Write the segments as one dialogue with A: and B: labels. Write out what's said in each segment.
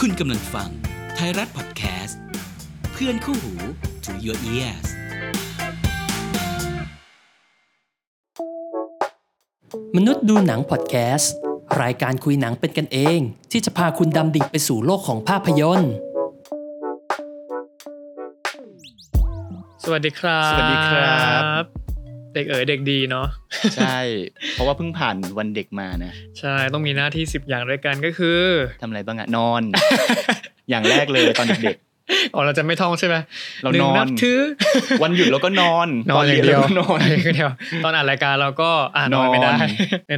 A: คุณกำลังฟังไทยรัฐพอดแคสต์ เพื่อนคู่หู to your ears
B: มนุษย์ดูหนังพอดแคสต์ รายการคุยหนังเป็นกันเอง ที่จะพาคุณดำดิ่งไปสู่โลกของภาพยนตร์
C: สวัสดีครับ
D: สวัสดีครับ
C: เด็กเอ๋ยเด็กดีเนาะ
D: ใช่ เพราะว่าเพิ่งผ่านวันเด็กมานะ
C: ใช่ต้องมีหน้าที่ 10 อย่างด้วยกันก็คือ
D: ทำอะไรบ้างอะน อน อย่างแรกเลยตอนเด็ก
C: อ๋อเราจะไม่ท่องใช่ไหม
D: เรา
C: หนึ่ง
D: นอน
C: นับถือ
D: ๆ วันหยุดเราก็นอน
C: นอนอย่างเดียว
D: ตนรีนราก็น อน
C: เดียวตอนอ่านรายการเราก็อ่านนอน
D: นอน
C: ไม่ได้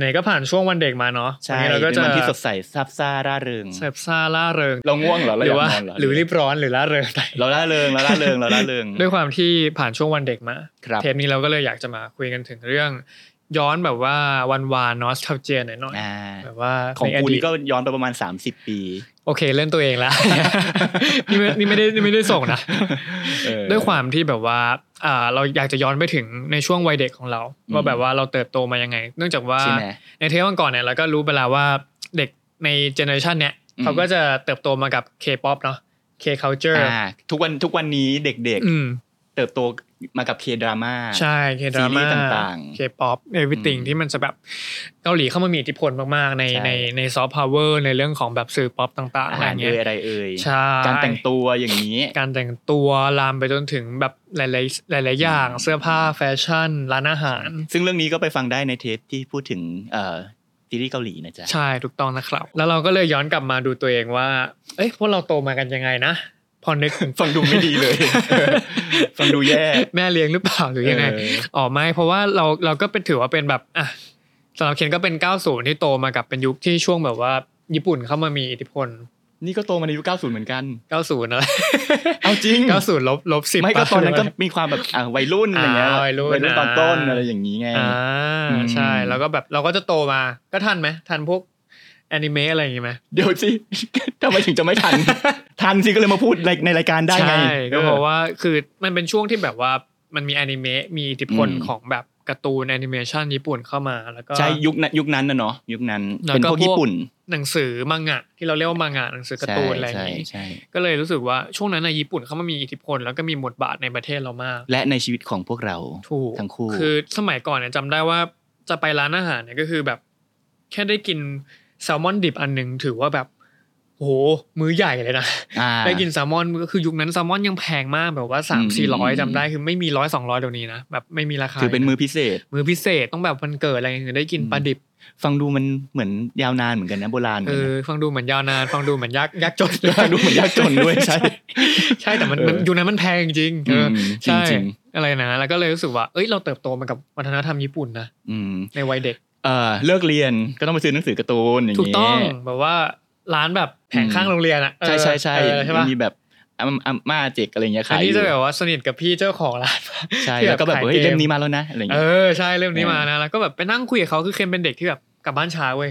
C: ไหนๆก็ผ่านช่วงวันเด็กมาเนาะ
D: ใช่
C: วันนี้เราก็
D: เป็น
C: จะ
D: วันที่สดใสซาบซ่าร่าเริง
C: เสพซาล่าเริง
D: เราง่วงเหรอเรา
C: ห
D: อ
C: รื
D: ยาก
C: ว่าน
D: อนเหรอ
C: หรือรีบร้อนหรือล่าเริงไป
D: เราร่าเริงเราร่าเริงเราร่าเริง
C: ด้วยความที่ผ่านช่วงวันเด็กมา
D: ครับ
C: เทปนี้เราก็เลยอยากจะมาคุยกันถึงเรื่อง ย้อนแบบว่าวันวานนอสทัลเจียหน่อย
D: อ่า
C: ๆแบบว่า
D: ของ
C: ใน
D: กู
C: ดีต
D: นี่ก็ย้อนไปประมาณ 30 ปี
C: โอเคเล่นตัวเองละ นี่ไม่นี่ไม่ได้นี่ไม่ได้ส่งนะ
D: เออ
C: ด้วยความที่แบบว่าอ่าเราอยากจะย้อนไปถึงในช่วงวัยเด็กของเรา
D: อืม
C: ว่าแบบว่าเราเติบโตมายังไง เนื่องจากว่า
D: ใช่ไหม
C: ในเทปก่อนๆเนี่ยเราก็รู้ไปแล้วว่าเด็กในเจเนอเรชันเนี่ย
D: อืม
C: เขาก็จะเติบโตมากับ K-pop เนาะ K-culture
D: อ่าทุกวันทุกวันนี้เด็ก
C: อืม
D: ๆ เติบโตมากับเคดราม่า
C: ใช่
D: ซีรี
C: K-drama
D: ส์ต่างๆ
C: K-pop everything
D: อืม
C: ที่มันจะแบบเกาหลีเข้ามามีอิทธิพลมากๆ ใน
D: ใช่
C: ในในซอฟต์พาวเวอร์ในเรื่องของแบบสื่อป๊อปต่างๆ
D: อา
C: อะไร
D: หาร
C: เงี้
D: เอ่ย
C: ย
D: อะไรเอ่ย
C: ใช่
D: การแต่งตัวอย่างนี้
C: การแต่งตัวลามไปจนถึงแบบหลายๆหลาย ๆ อย่าง
D: อืม
C: เสื้อผ้าแฟชั่น ร้านอาหาร
D: ซึ่งเรื่องนี้ก็ไปฟังได้ในเทปที่พูดถึงเอ่อซีรีส์เกาหลีนะจ๊ะ
C: ใช่ถูกต้องนะครับ แล้วเราก็เลยย้อนกลับมาดูตัวเองว่า เอ้ยพวกเราโตมากันยังไงนะ พอนึกถึง
D: ฟังดูไม่ดีเลย ฟังดูแย่
C: แม่เลี้ยงหรือเปล่าหรือยังไง
D: เออ
C: อ๋อไม่เพราะว่าเราเราก็เป็นถือว่าเป็นแบบอ่ะสำหรับเคนก็เป็น 90 ที่โตมากับเป็นยุคที่ช่วงแบบว่าญี่ปุ่นเข้ามามีอิทธิพล
D: นี่ก็โตมาในยุค 90 เหมือนกัน
C: 90 อะไร
D: เอาจริง
C: 90ลบลบสิบ
D: ไม่ก็ตอนนั้นก็มีความแบบอ่ะวัยรุ่นอะไรเงี้ย
C: อ่าวัยรุ่น
D: วัยรุ่นตอนต้น
C: อ่า
D: อะไรอย่างนี้ไง
C: อ่า
D: อืม
C: ใช่แล้วก็แบบเราก็จะโตมาก็ทันไหมทันพวกแอนิเมะอะไรอย่างงี้ไหม
D: เดี๋ยวสิ ทำไมถึง จะไม่ทัน ทันสิก็เลยมาพูดในในรายการได้ไง
C: ใช่ก็เพราะ
D: อ
C: ว่าคือมันเป็นช่วงที่แบบว่ามันมีแอนิเมะมีอิทธิพล
D: อืม
C: ของแบบการ์ตูนแอนิเมชันญี่ปุ่นเข้ามาแล้วก็
D: อใช่ยุคนั้นยุคนั้นนะเนาะยุคนั้น
C: แล้วก็
D: เป็
C: พว
D: นพวก
C: ก
D: ญี่ปุ่น
C: หนังสือมังงะที่เราเรียกว่ามังงะหนังสือการ์ตูนอะไรอย่าง
D: ใช่
C: งี้
D: ใช่
C: ก็เลยรู้สึกว่าช่วงนั้นในะญี่ปุ่นเขามามีอิทธิพล แล้วก็มีบทบาทในประเทศเรามาก
D: และในชีวิตของพวกเรา
C: ถูก
D: ทั้งคู่
C: คือสมัยก่อนเนี่ยจำได้ว่าจะไปร้านอาหารเนี่ยก็คือแบบ แค่ได้กินแซลมอนดิบอันหนึ่งถือว่าแบบโอ้โหมื้อใหญ่เลยนะ
D: อ่า
C: ได้กินแซลมอนก็คือยุคนั้นแซลมอนยังแพงมากแบบว่าสามสี่ร้อย
D: อืม
C: จำได้คือไม่มีร้อยสองร้อยเดี๋ยวนี้นะแบบไม่มีราคา
D: ถือเป็นมือพิเศษ
C: มือพิเศษต้องแบบวันเกิดอะไรอย่างเงี้ยถึงได้กิน
D: อืม
C: ปลาดิบ
D: ฟังดูมันเหมือนยาวนานเหมือนกันนะโบราณห
C: เอ
D: มื
C: อ
D: นกันนะ
C: ฟังดูเหมือนยาวนาน ฟังดูเหมือนยากยากจน
D: ฟังดูเหมือนยากจนด้วยใช่
C: ใช่แต่มันมัน
D: เออ
C: ยุคนั้นมันแพงจริงๆเออ
D: มจ
C: ใช่
D: ริง
C: อะไรนะแล้วก็เลยรู้สึกว่าเอ้ยเราเติบโตมากับวัฒนธรรมญี่ปุ่นนะ
D: ๆอืม
C: ในวัยเด็ก
D: เอ่อเลิกเรียนก็ต้องไปซื้อหนังสือการ์ตูนอย่าง
C: ถูก
D: เงี้ย
C: ต้องแบบว่าร้านแบบแผง
D: อืม
C: ข้างโรงเรียนอ่ะเออ
D: ใช่ใช่ใช่
C: เออใช่ปะ
D: มีแบบอัมอัมมาเจกอะไรเงี้ย
C: อั
D: ขาน ย
C: นี้
D: อยู่
C: จะแบบว่าสนิทกับพี่เจ้าของร้านมาก
D: ใช่
C: ที่
D: แล้วก็แบบ
C: ขาย
D: เฮ้ย
C: ก
D: เล่มนี้มาแล้วนะอะไร
C: เอ
D: เงี้ย
C: อใช่เรื่องนี้
D: เออ
C: มานะแล้วก็แบบไปนั่งคุยกับเขาคือเคนเป็นเด็กที่แบบกลับบ้านช้าเว้ย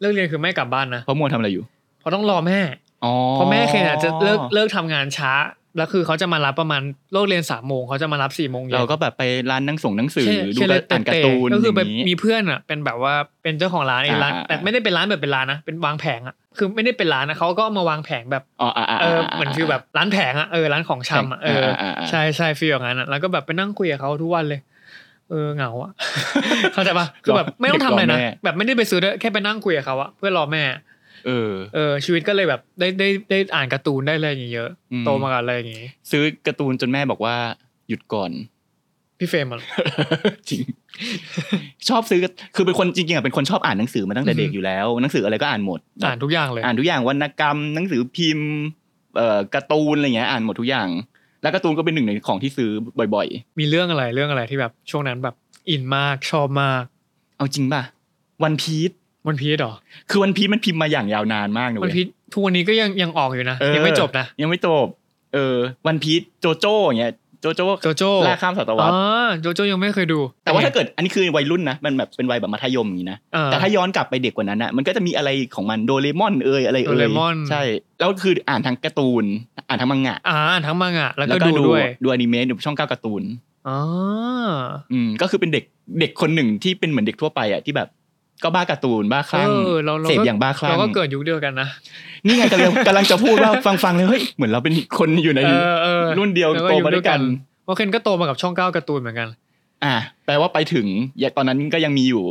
C: เลิกเรียนคือไม่กลับบ้านนะ
D: เพราะมัวทำอะไรอยู่
C: เพราะต้องรอแม่
D: อ๋อ
C: เพราะแม่เคนอาจจะเลิกเลิกทำงานช้า แล้วคือเขาจะมารับประมาณเลิกเรียนสามโมงเขาจะมารับสี่โมงเย็น
D: เราก็แบบไปร้านหนั่งส่งหนังสือ
C: ใช่
D: ดู
C: ใช่
D: กา
C: เล
D: ร
C: ย
D: อ่านการ์ตูน
C: ก็คือไป
D: อย่างงี้
C: มีเพื่อนอ่ะเป็นแบบว่าเป็นเจ้าของร้านไอ้ร้าน
D: อ่า
C: แต่ไม่ได้เป็นร้านแบบเป็นร้านนะเป็นวางแผงอ่ะคือไม่ได้เป็นร้านนะเขาก็เอามาวางแผงแบบ
D: อ๋ออ่าอ่า
C: เออเหมือนฟีลแบบร้านแผงอะเออร้านของชำอะเอออา ใช่ใช่ฟีลอย่างนั้นอะแล้วก็แบบไปนั่งคุยกับเขาทุกวันเลย เออเหงา อะ เข้าใจปะคือแบบไม่ต้องทำอะไรนะแบบไม่ได้ไปซื้อด้วยแค่ไปนั่งคุยกับเขาอะเพื่อรอแม่
D: เออ
C: เออชีวิตก็เลยแบบได้ได้ได้ได้อ่านการ์ตูนได้อะไรอย่างเงี้ยเยอะ
D: อืม
C: โตมากับอะไรอย่างงี้
D: ซื้อการ์ตูนจนแม่บอกว่าหยุดก่อน
C: พี่เฟรมอะ
D: จริง ชอบซื้อคือเป็นคนจริงๆอ่ะเป็นคนชอบอ่านหนังสือมาตั้งแต่เด็ก
C: อือฮึ
D: อยู่แล้วหนังสืออะไรก็อ่านหมด
C: อ่านทุกอย่างเลย
D: อ่านทุกอย่างวรรณกรรมหนังสือพิมพ์เอ่อการ์ตูนอะไรเงี้ยอ่านหมดทุกอย่าง แล้วการ์ตูนก็เป็นหนึ่งในของที่ซื้อบ่อย
C: มีเรื่องอะไรเรื่องอะไรที่แบบช่วงนั้นแบบอินมากชอบมาก
D: ๆ เอาจริงป่ะวันพีซ
C: วันพีชหรอ
D: คือวันพีซมันพิมพ์มาอย่างยาวนานมากนะ
C: วั
D: เว้
C: น
D: ย
C: พีชทุกวันนี้ก็ยังยังออกอยู่นะ
D: เออ
C: ยังไม่จบนะ
D: ยังไม่จบเออวันพีซโจโจ้อย่างเงี้ยโจโจ้
C: โจโจ้
D: ล่าข้ามศตวร
C: อ๋
D: ร
C: อ
D: ษ
C: โจโจ้ยังไม่เคยดู
D: แต่ว่าถ้าเกิดอันนี้คือวัยรุ่นนะมันแบบเป็นวัยแบบมัธยมอย่างนี้นะ
C: เออ
D: แต่ถ้าย้อนกลับไปเด็กกว่านั้นอ่ะมันก็จะมีอะไรของมันโดเรมอนเอ่ยอะไรเอ่ย
C: โดเรมอน
D: ใช่แล้วคืออ่านทางการ์ตูนอ่านทางมังงะ
C: อ่าทั้งมังงะแล้วก็ดูด้วย
D: ดูอนิเมะดูช่องเก้าการ์ตูน
C: อ๋อ
D: อืมก็คือเป็นเด็กเด็กคนหนึ่งที่เป็นเหมือนเด็กทั่วไปอ่ะที่แบบ ก็บ้าการ์ตูนบ้าคลั่ง
C: เออเราเรา
D: เสพ
C: ก็
D: อย่างบ้าคลั่
C: เรา
D: ง
C: ก็เกิดยุคเดียวกันนะ
D: นี่ไงกำลังกำลังจะพูดว่าฟังฟังเลยเฮ้ยเหมือนเราเป็นคนอยู่ใน
C: เออเออ
D: รุ่นเดียว
C: แล้ว
D: โตมาด้วยกัน
C: โอเคนก็โตมากับช่องเก้าการ์ตูนเหมือนกัน
D: อ่ะแปลว่าไปถึงอย่าตอนนั้นก็ยังมีอยู่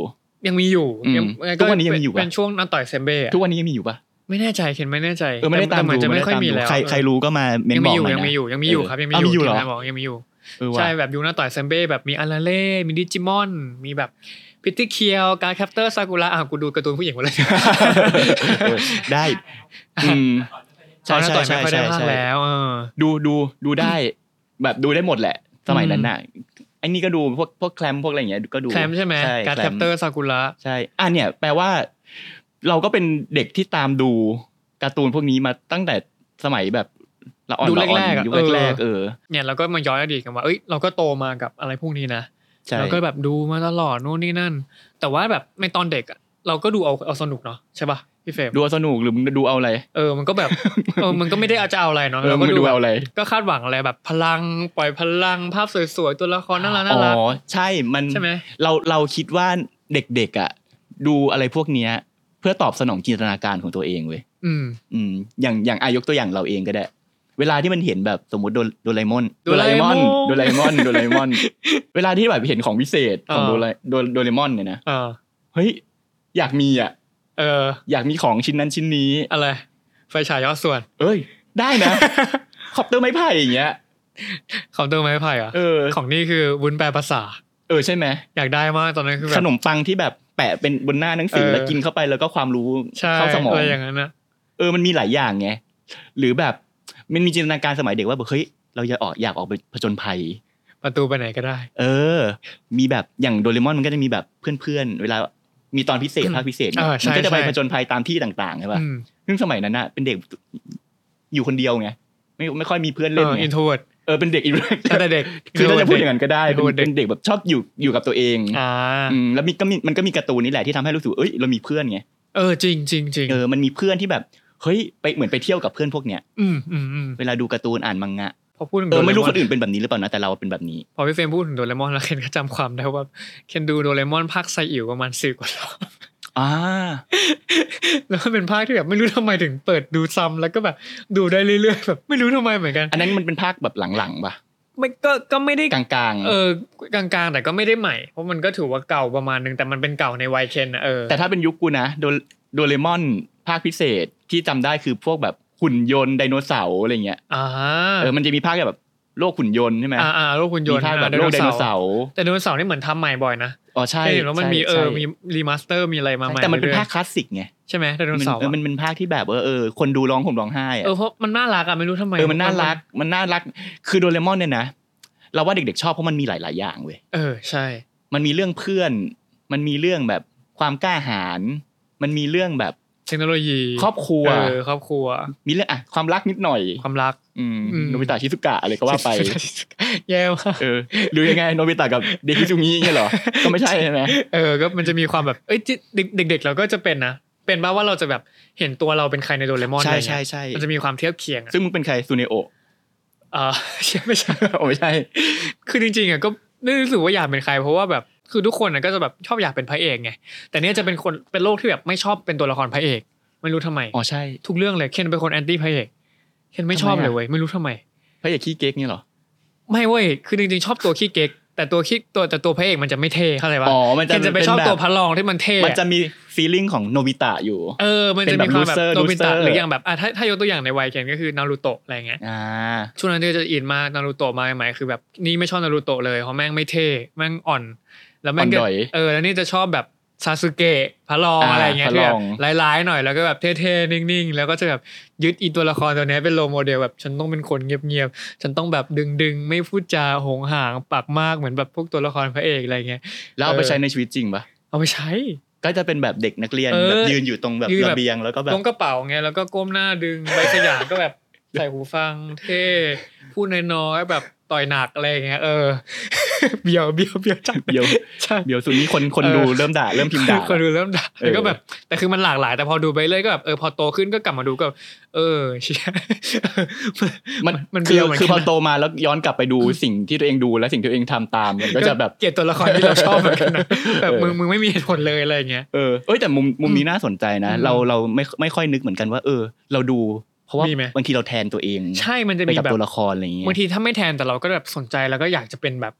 C: ยังมีอยู่
D: อืม
C: ยัง
D: ทุกวันนี้ยังมีอยู่ปะ
C: เป็นช่วงนันต่อยเซมเบ้อะ
D: ทุกวันนี้ยังมีอยู่ปะ
C: ไม่แน่ใจเคนไม่แน่ใจ
D: เออไม่ได้
C: แต่
D: ตา
C: แต่
D: ม
C: เหมือน
D: ดู
C: จะไม่ค่อยมี
D: ด้
C: แล้ว
D: ตาดูใครใครรู้ก็มาเมน
C: ยัง
D: บ
C: มี
D: อก
C: อยู่
D: หน่อ
C: ยั
D: นะ
C: งมีอยู่ยังมีอยู่ครับยังมี
D: เ
C: อยู่
D: เหรอ
C: ที่นายบอกยังมีอยู่
D: เออว่ะ
C: ใช่แบบยูน่าต่อยเซมเบ้แบบมีอาราเล่มีดิจิมอน มีแบบพิตตี้เคียวการแคปเตอร์ซากุระอ่ะกูดูการ์ตูนผู้หญิงหมดเลย
D: เออได้อืม
C: ใช่
D: ใช่
C: ใช่
D: ใช่
C: ต่อยไม่
D: ใช่
C: ค่อยได้
D: ใช่
C: ภาค
D: ใช่
C: แล้วเออ
D: ดูดูดูได้ แบบดูได้หมดแหละ สมัย
C: อืม
D: นั้นน่ะไอ้นี่ก็ดูพวกพวกแคลมพวกอะไรอย่างเงี้ยก็ดู
C: แคลมใช่ไหมการ
D: ล
C: แคปเตอร์ซากุระ
D: ใช่อ่ะเนี่ย แปลว่า เราก็เป็นเด็กที่ตามดูการ์ตูนพวกนี้มาตั้งแต่สมัยแบบละอ่อน
C: ดู
D: ละอ่อน
C: แรกๆอ่ะ
D: ยุค
C: เออ
D: แรกๆเออ
C: เนี่ยเราก็มาย้อนอดีตกันว่าเอ้ยเราก็โตมากับอะไรพวกนี้นะ
D: ใช่
C: เราก็แบบดูมาตลอดนู่นนี่นั่น แต่ว่าแบบในตอนเด็กอะเราก็ดูเอาเอาสนุกเนาะใช่ป่ะพี่เฟรม
D: ดูเอาสนุกหรือมึงดูเอาอะไร
C: เออมันก็ แบบเออมันก็ไม่ได้เอาจะเอาอะไรเนาะ
D: เออ
C: เรา
D: มึ
C: ก็
D: งดูเอาอะไร
C: ก็คาดหวังอะไรแบบพลังปล่อยพลังภาพสวยๆตัวละครน่ารัก
D: อ๋
C: น่า
D: อ
C: รัก
D: ใช่ มัน
C: ใช่ไหม
D: เราเราคิดว่าเด็กๆอ่ะดูอะไรพวกเนี้ย เพื่อตอบสนองจินตนาการของตัวเองเว้ย
C: อืม
D: อืมอย่างอย่างอายกตัวอย่างเราเองก็ได้ เวลาที่มันเห็นแบบสมมติโดโดราเอมอน
C: โดราเอมอน
D: โดราเอมอนโดราเอ มอน เวลาที่แบบเห็นของพิเศษของ
C: อ่า
D: โดราโดโดราเอมอนเนี่ยนะ
C: เออ
D: เฮ้ยอยากมีอ่ะ
C: เออ
D: อยากมีของชิ้นนั้นชิ้นนี้
C: อะไรไฟฉายยอดส่วน
D: เอ้ย ได้ นะขอบเตอร์ไม้ไผ่อย่างเงี้ย
C: คอมเตอร์ไม้ไผ่เหรอะ
D: เออ
C: ของนี่คือวุ้นแปลภาษา
D: เออใช่ไหม
C: อยากได้มากตอนนั้นคือแบ
D: ข
C: บ
D: นมปังที่แบบแปะเป็นบนหน้าหนังสือ
C: เออ
D: แล้วกินเข้าไปแล้วก็ความรู้
C: ใช่
D: เข้าสมอง
C: อะไรอย่างนั้นนะ
D: เออมันมีหลายอย่างไงหรือแบบมันมีจินตนาการสมัยเด็กว่าแบบเฮ้ยเราอยากออกอยากออกไปผจญภัย
C: ประตูไปไหนก็ได้
D: เออ มีแบบอย่างโดเรมอนมันก็จะมีแบบเพื่อนๆเวลามีตอนพิเศษภาคพิเศษไง
C: เออใช่
D: มันก็จะไป
C: ใช่
D: ผจญภัยตามที่ต่างๆใช่ป่ะ
C: อืม
D: ซึ่งสมัยนั้นน่ะเป็นเด็กอยู่คนเดียวไงไม่ไม่ค่อยมีเพื่อน
C: เอ
D: เล่น
C: อ
D: ไง
C: อินโทรด
D: เออเป็นเด็กอิน
C: ตั้งแต่เด็ก
D: คือถ้าจะพูดอย่างนั้นก็ได้เป็น
C: introvert เด็ก
D: เป็นเด็กแบบชอบอยู่อยู่กับตัวเอง
C: อ่า
D: อืมแล้วมีก็มีมันก็มีการ์ตูนนี่แหละที่ทำให้รู้สึกว่าเอ้ยเรามีเพื่อนไง
C: เออจริงจริงจริง
D: เออ มันมีเพื่อนที่แบบ เฮ้ย ไปเหมือนไปเที่ยวกับเพื่อนพวกเนี้ย
C: อืมอืมอืม
D: เวลาดูการ์ตูนอ่านมังงะ
C: พอพูดถึง
D: เออ ไม่รู้
C: โด
D: ค
C: เม
D: นอื่นเป็นแบบนี้หรือเปล่านะ แต่เราเป็นแบบนี้
C: พอพี่เฟรมพูดถึงโดเรมอนแล้วเคนก็จำความได้ว่าเคนดูโดเรมอนภาคไซอิ๋วประมาณสิบกว่ารอบ
D: อ่า
C: แล้วมันเป็นภาคที่แบบไม่รู้ทำไมถึงเปิดดูซ้ำแล้วก็แบบดูได้เรื่อยๆแบบไม่รู้ทำไมเหมือนกัน
D: อันนั้นมันเป็นภาคแบบหลังๆป่ะ
C: ไม่ก็ก็ไม่ได้
D: กลาง
C: เออกลางๆ แต่ก็ไม่ได้ใหม่ เพราะมันก็ถือว่าเก่าประมาณนึงแต่มันเป็นเก่าในวัยเคนนะเออ
D: ๆ แต่ถ้าเป็นยุคกูนะ โดโดเรมอนภาคพิเศษที่จำได้คือพวกแบบหุ่นยนต์ไดโนเสาร์อะไรเงี้ย
C: อ่า
D: เออ มันจะมีภาคแบบโลกหุ่นยนต์ใช่ไหม
C: อ่าอ่าโลกหุ่นยน
D: มี
C: ต์
D: ภาคแบบ
C: อ่า
D: โลกไดโนเสาร์
C: แต่ไดโนเสาร์นี่เหมือนทำใหม่บ่อยนะ
D: อ๋อใช่
C: เคยเห็นว่ามันมีเออ
D: ใช่
C: มีรีมาสเตอร์มีอะไรมาใหม่
D: แต่มันเป็น
C: รื่อยๆ
D: ภาคคลาสสิกไง
C: ใช่ไหมไดโน
D: มัน
C: เสาร์
D: เอ
C: อะ
D: อมันเป็นภาคที่แบบเออเออคนดูร้องห่มร้องไห้อะ
C: เออเพราะมันน่ารักอะไม่รู้ทำไม
D: เออ มันน่ารัก มันน่ารัก คือโดเรมอนเนี่ยนะ เราว่าเด็กๆชอบเพราะมันมีหลาย ๆ อย่างเว้ย
C: เออใช่
D: มันมีเรื่องเพื่อน มันมีเรื่องแบบความกล้าหาญ มันมีเรื่องแบบ
C: เทคโนโลยี
D: ครอบครัว
C: เออครอบครัว
D: มีเรื่องอะความรักนิดหน่อย
C: ความรัก
D: อืม
C: อืม
D: โนบิตะชิซุกะอะไรก็ว่าไป
C: แย่มาก
D: เออ หรือยังไง โนบิตะกับเดคิซุงิเนี่ยเหรอ ก็ไม่ใช่ใช่ไหม
C: เออก็มันจะมีความแบบเอ้ยจิเด็กๆเราก็จะเป็นนะเป็นบ้าว่าเราจะแบบเห็นตัวเราเป็นใครในโดเรมอน
D: ใช่
C: อะไรเงี้ย
D: ใช่ใช่
C: มันจะมีความเทียบเคียงอะ
D: ซึ่งมึงเป็นใครซูเนโอะ
C: เออใช่ไม่ใช่
D: โอ้ไม่ใช่
C: คือจริงๆอะก็ไม่รู้สึกว่าอยากเป็นใคร เพราะว่าแบบคือทุกคนอะก็จะแบบชอบอยากเป็นพระเอกไงแต่เนี้ยจะเป็นคนเป็นโลกที่แบบไม่ชอบเป็นตัวละครพระเอก ไม่รู้ทำไม
D: อ๋อใช่
C: ทุกเรื่องเลยเคนเป็นคนแอนตี้พระเอกเคนไม่ชอบเลยเว้ยไม่รู้ทำไม
D: พระเอกขี้เก๊กเนี่ยเหรอ
C: ไม่เว้ย คือจริงๆ ชอบตัวขี้เก๊ก แต่ตัวขี้ตัวแต่ตัวพระเอกมันจะไม่เท่เข้าใจปะ
D: อ๋อ มันจะ
C: เคนจะไปชอบ
D: เป็นแบบ
C: ตัวพระรองที่มันเท่
D: มันจะ
C: อะ
D: มีฟีลลิ่งของโนบิตะอยู่
C: เออ มันจะมีความแบบ
D: เป็นแบบ
C: โนบิตะ
D: loser
C: หรืออย่างแบบอ่ะถ้าถ้ายกตัวอย่างในวัยเคนก็คือนารูโตะอะไรเงี้ย
D: อ่า
C: ช่วงนั้นก็จะอินมากนารูโตะมาใหม่ๆคือแบบนี่ไม่ชอบนารูโตะเลยเพราะแม่งไม่เท่แม่งอ่อน แล้วแม่งก็
D: อ่อนด้อย
C: เออแล้วนี่จะชอบแบบซาสึเกะพระรอง
D: อ่า
C: อะไรเงี้ย
D: พระ
C: ที่
D: ร
C: แบ
D: อง
C: บร้ายๆหน่อยแล้วก็แบบเท่ๆนิ่งๆ แล้วก็จะแบบยึดอีตัวละครตัวเนี้ยเป็นโลโมเดลแบบฉันต้องเป็นคนเงียบๆฉันต้องแบบดึงๆ ไม่พูดจาโหงหางปากมากเหมือนแบบพวกตัวละครพระเอกอะไรเงี้ย
D: แล้วเอาไป
C: เออ
D: ใช้ในชีวิตจริงปะ
C: เอาไปใช้
D: ก็จะเป็นแบบเด็กนักเรียน
C: เออ
D: แบบยืนอยู่ตรงแบบ
C: ยืนแบบ
D: ระเบียงแล้วก็แบ
C: ล
D: บ
C: งกระเป๋าไง แล้วก็ก้มหน้าดึงใบสยามก็แบบใส่หูฟังเท่พูดน้อยๆแบบ ต่อยหนักอะไรอย่างเงี้ยเอ อ เบียวเบียวเบียวจัง
D: เบียว
C: ใช่
D: เบียวสุดนี้คนคนดูเริ่มด่าเริ่มพิมพ์ด่า
C: คนดูเริ่มด่า
D: เออ
C: ก็แบบ แต่คือมันหลากหลาย แต่พอดูไปเรื่อยก็แบบเออพอโตขึ้นก็กลับมาดูก็แบบเออ เชี่ย
D: มัน
C: มัน
D: คือ
C: เบียวเหมือน
D: คือพ
C: กั
D: อน
C: นะ
D: โตมาแล้วย้อนกลับไปดูสิ่งที่ตัวเองดูและสิ่งที่ตัวเองทำตามมันก็จะแบบ
C: เกลียดตัวละครที่เราชอบเหมือนกันนะแบบ
D: เออ
C: มึงมึงไม่มีเหตุผลเลยอะไรอย่างเงี้ย
D: เออเอ้ยแต่มุมมุมนี้น่าสนใจนะ
C: อืม
D: เราเราไม่ไม่ค่อยนึกเหมือนกันว่า เออ เราดู เพราะว่า
C: มีไหม
D: บางทีเราแทนตัวเอง
C: ใช่มันจะ
D: ไป
C: มี
D: กับ
C: แบบ
D: ตัวละครอะไรอย่างเงี้ย
C: บางทีถ้าไม่แทนแต่เราก็แบบสนใจแล้วก็อยากจะเป็นแบบ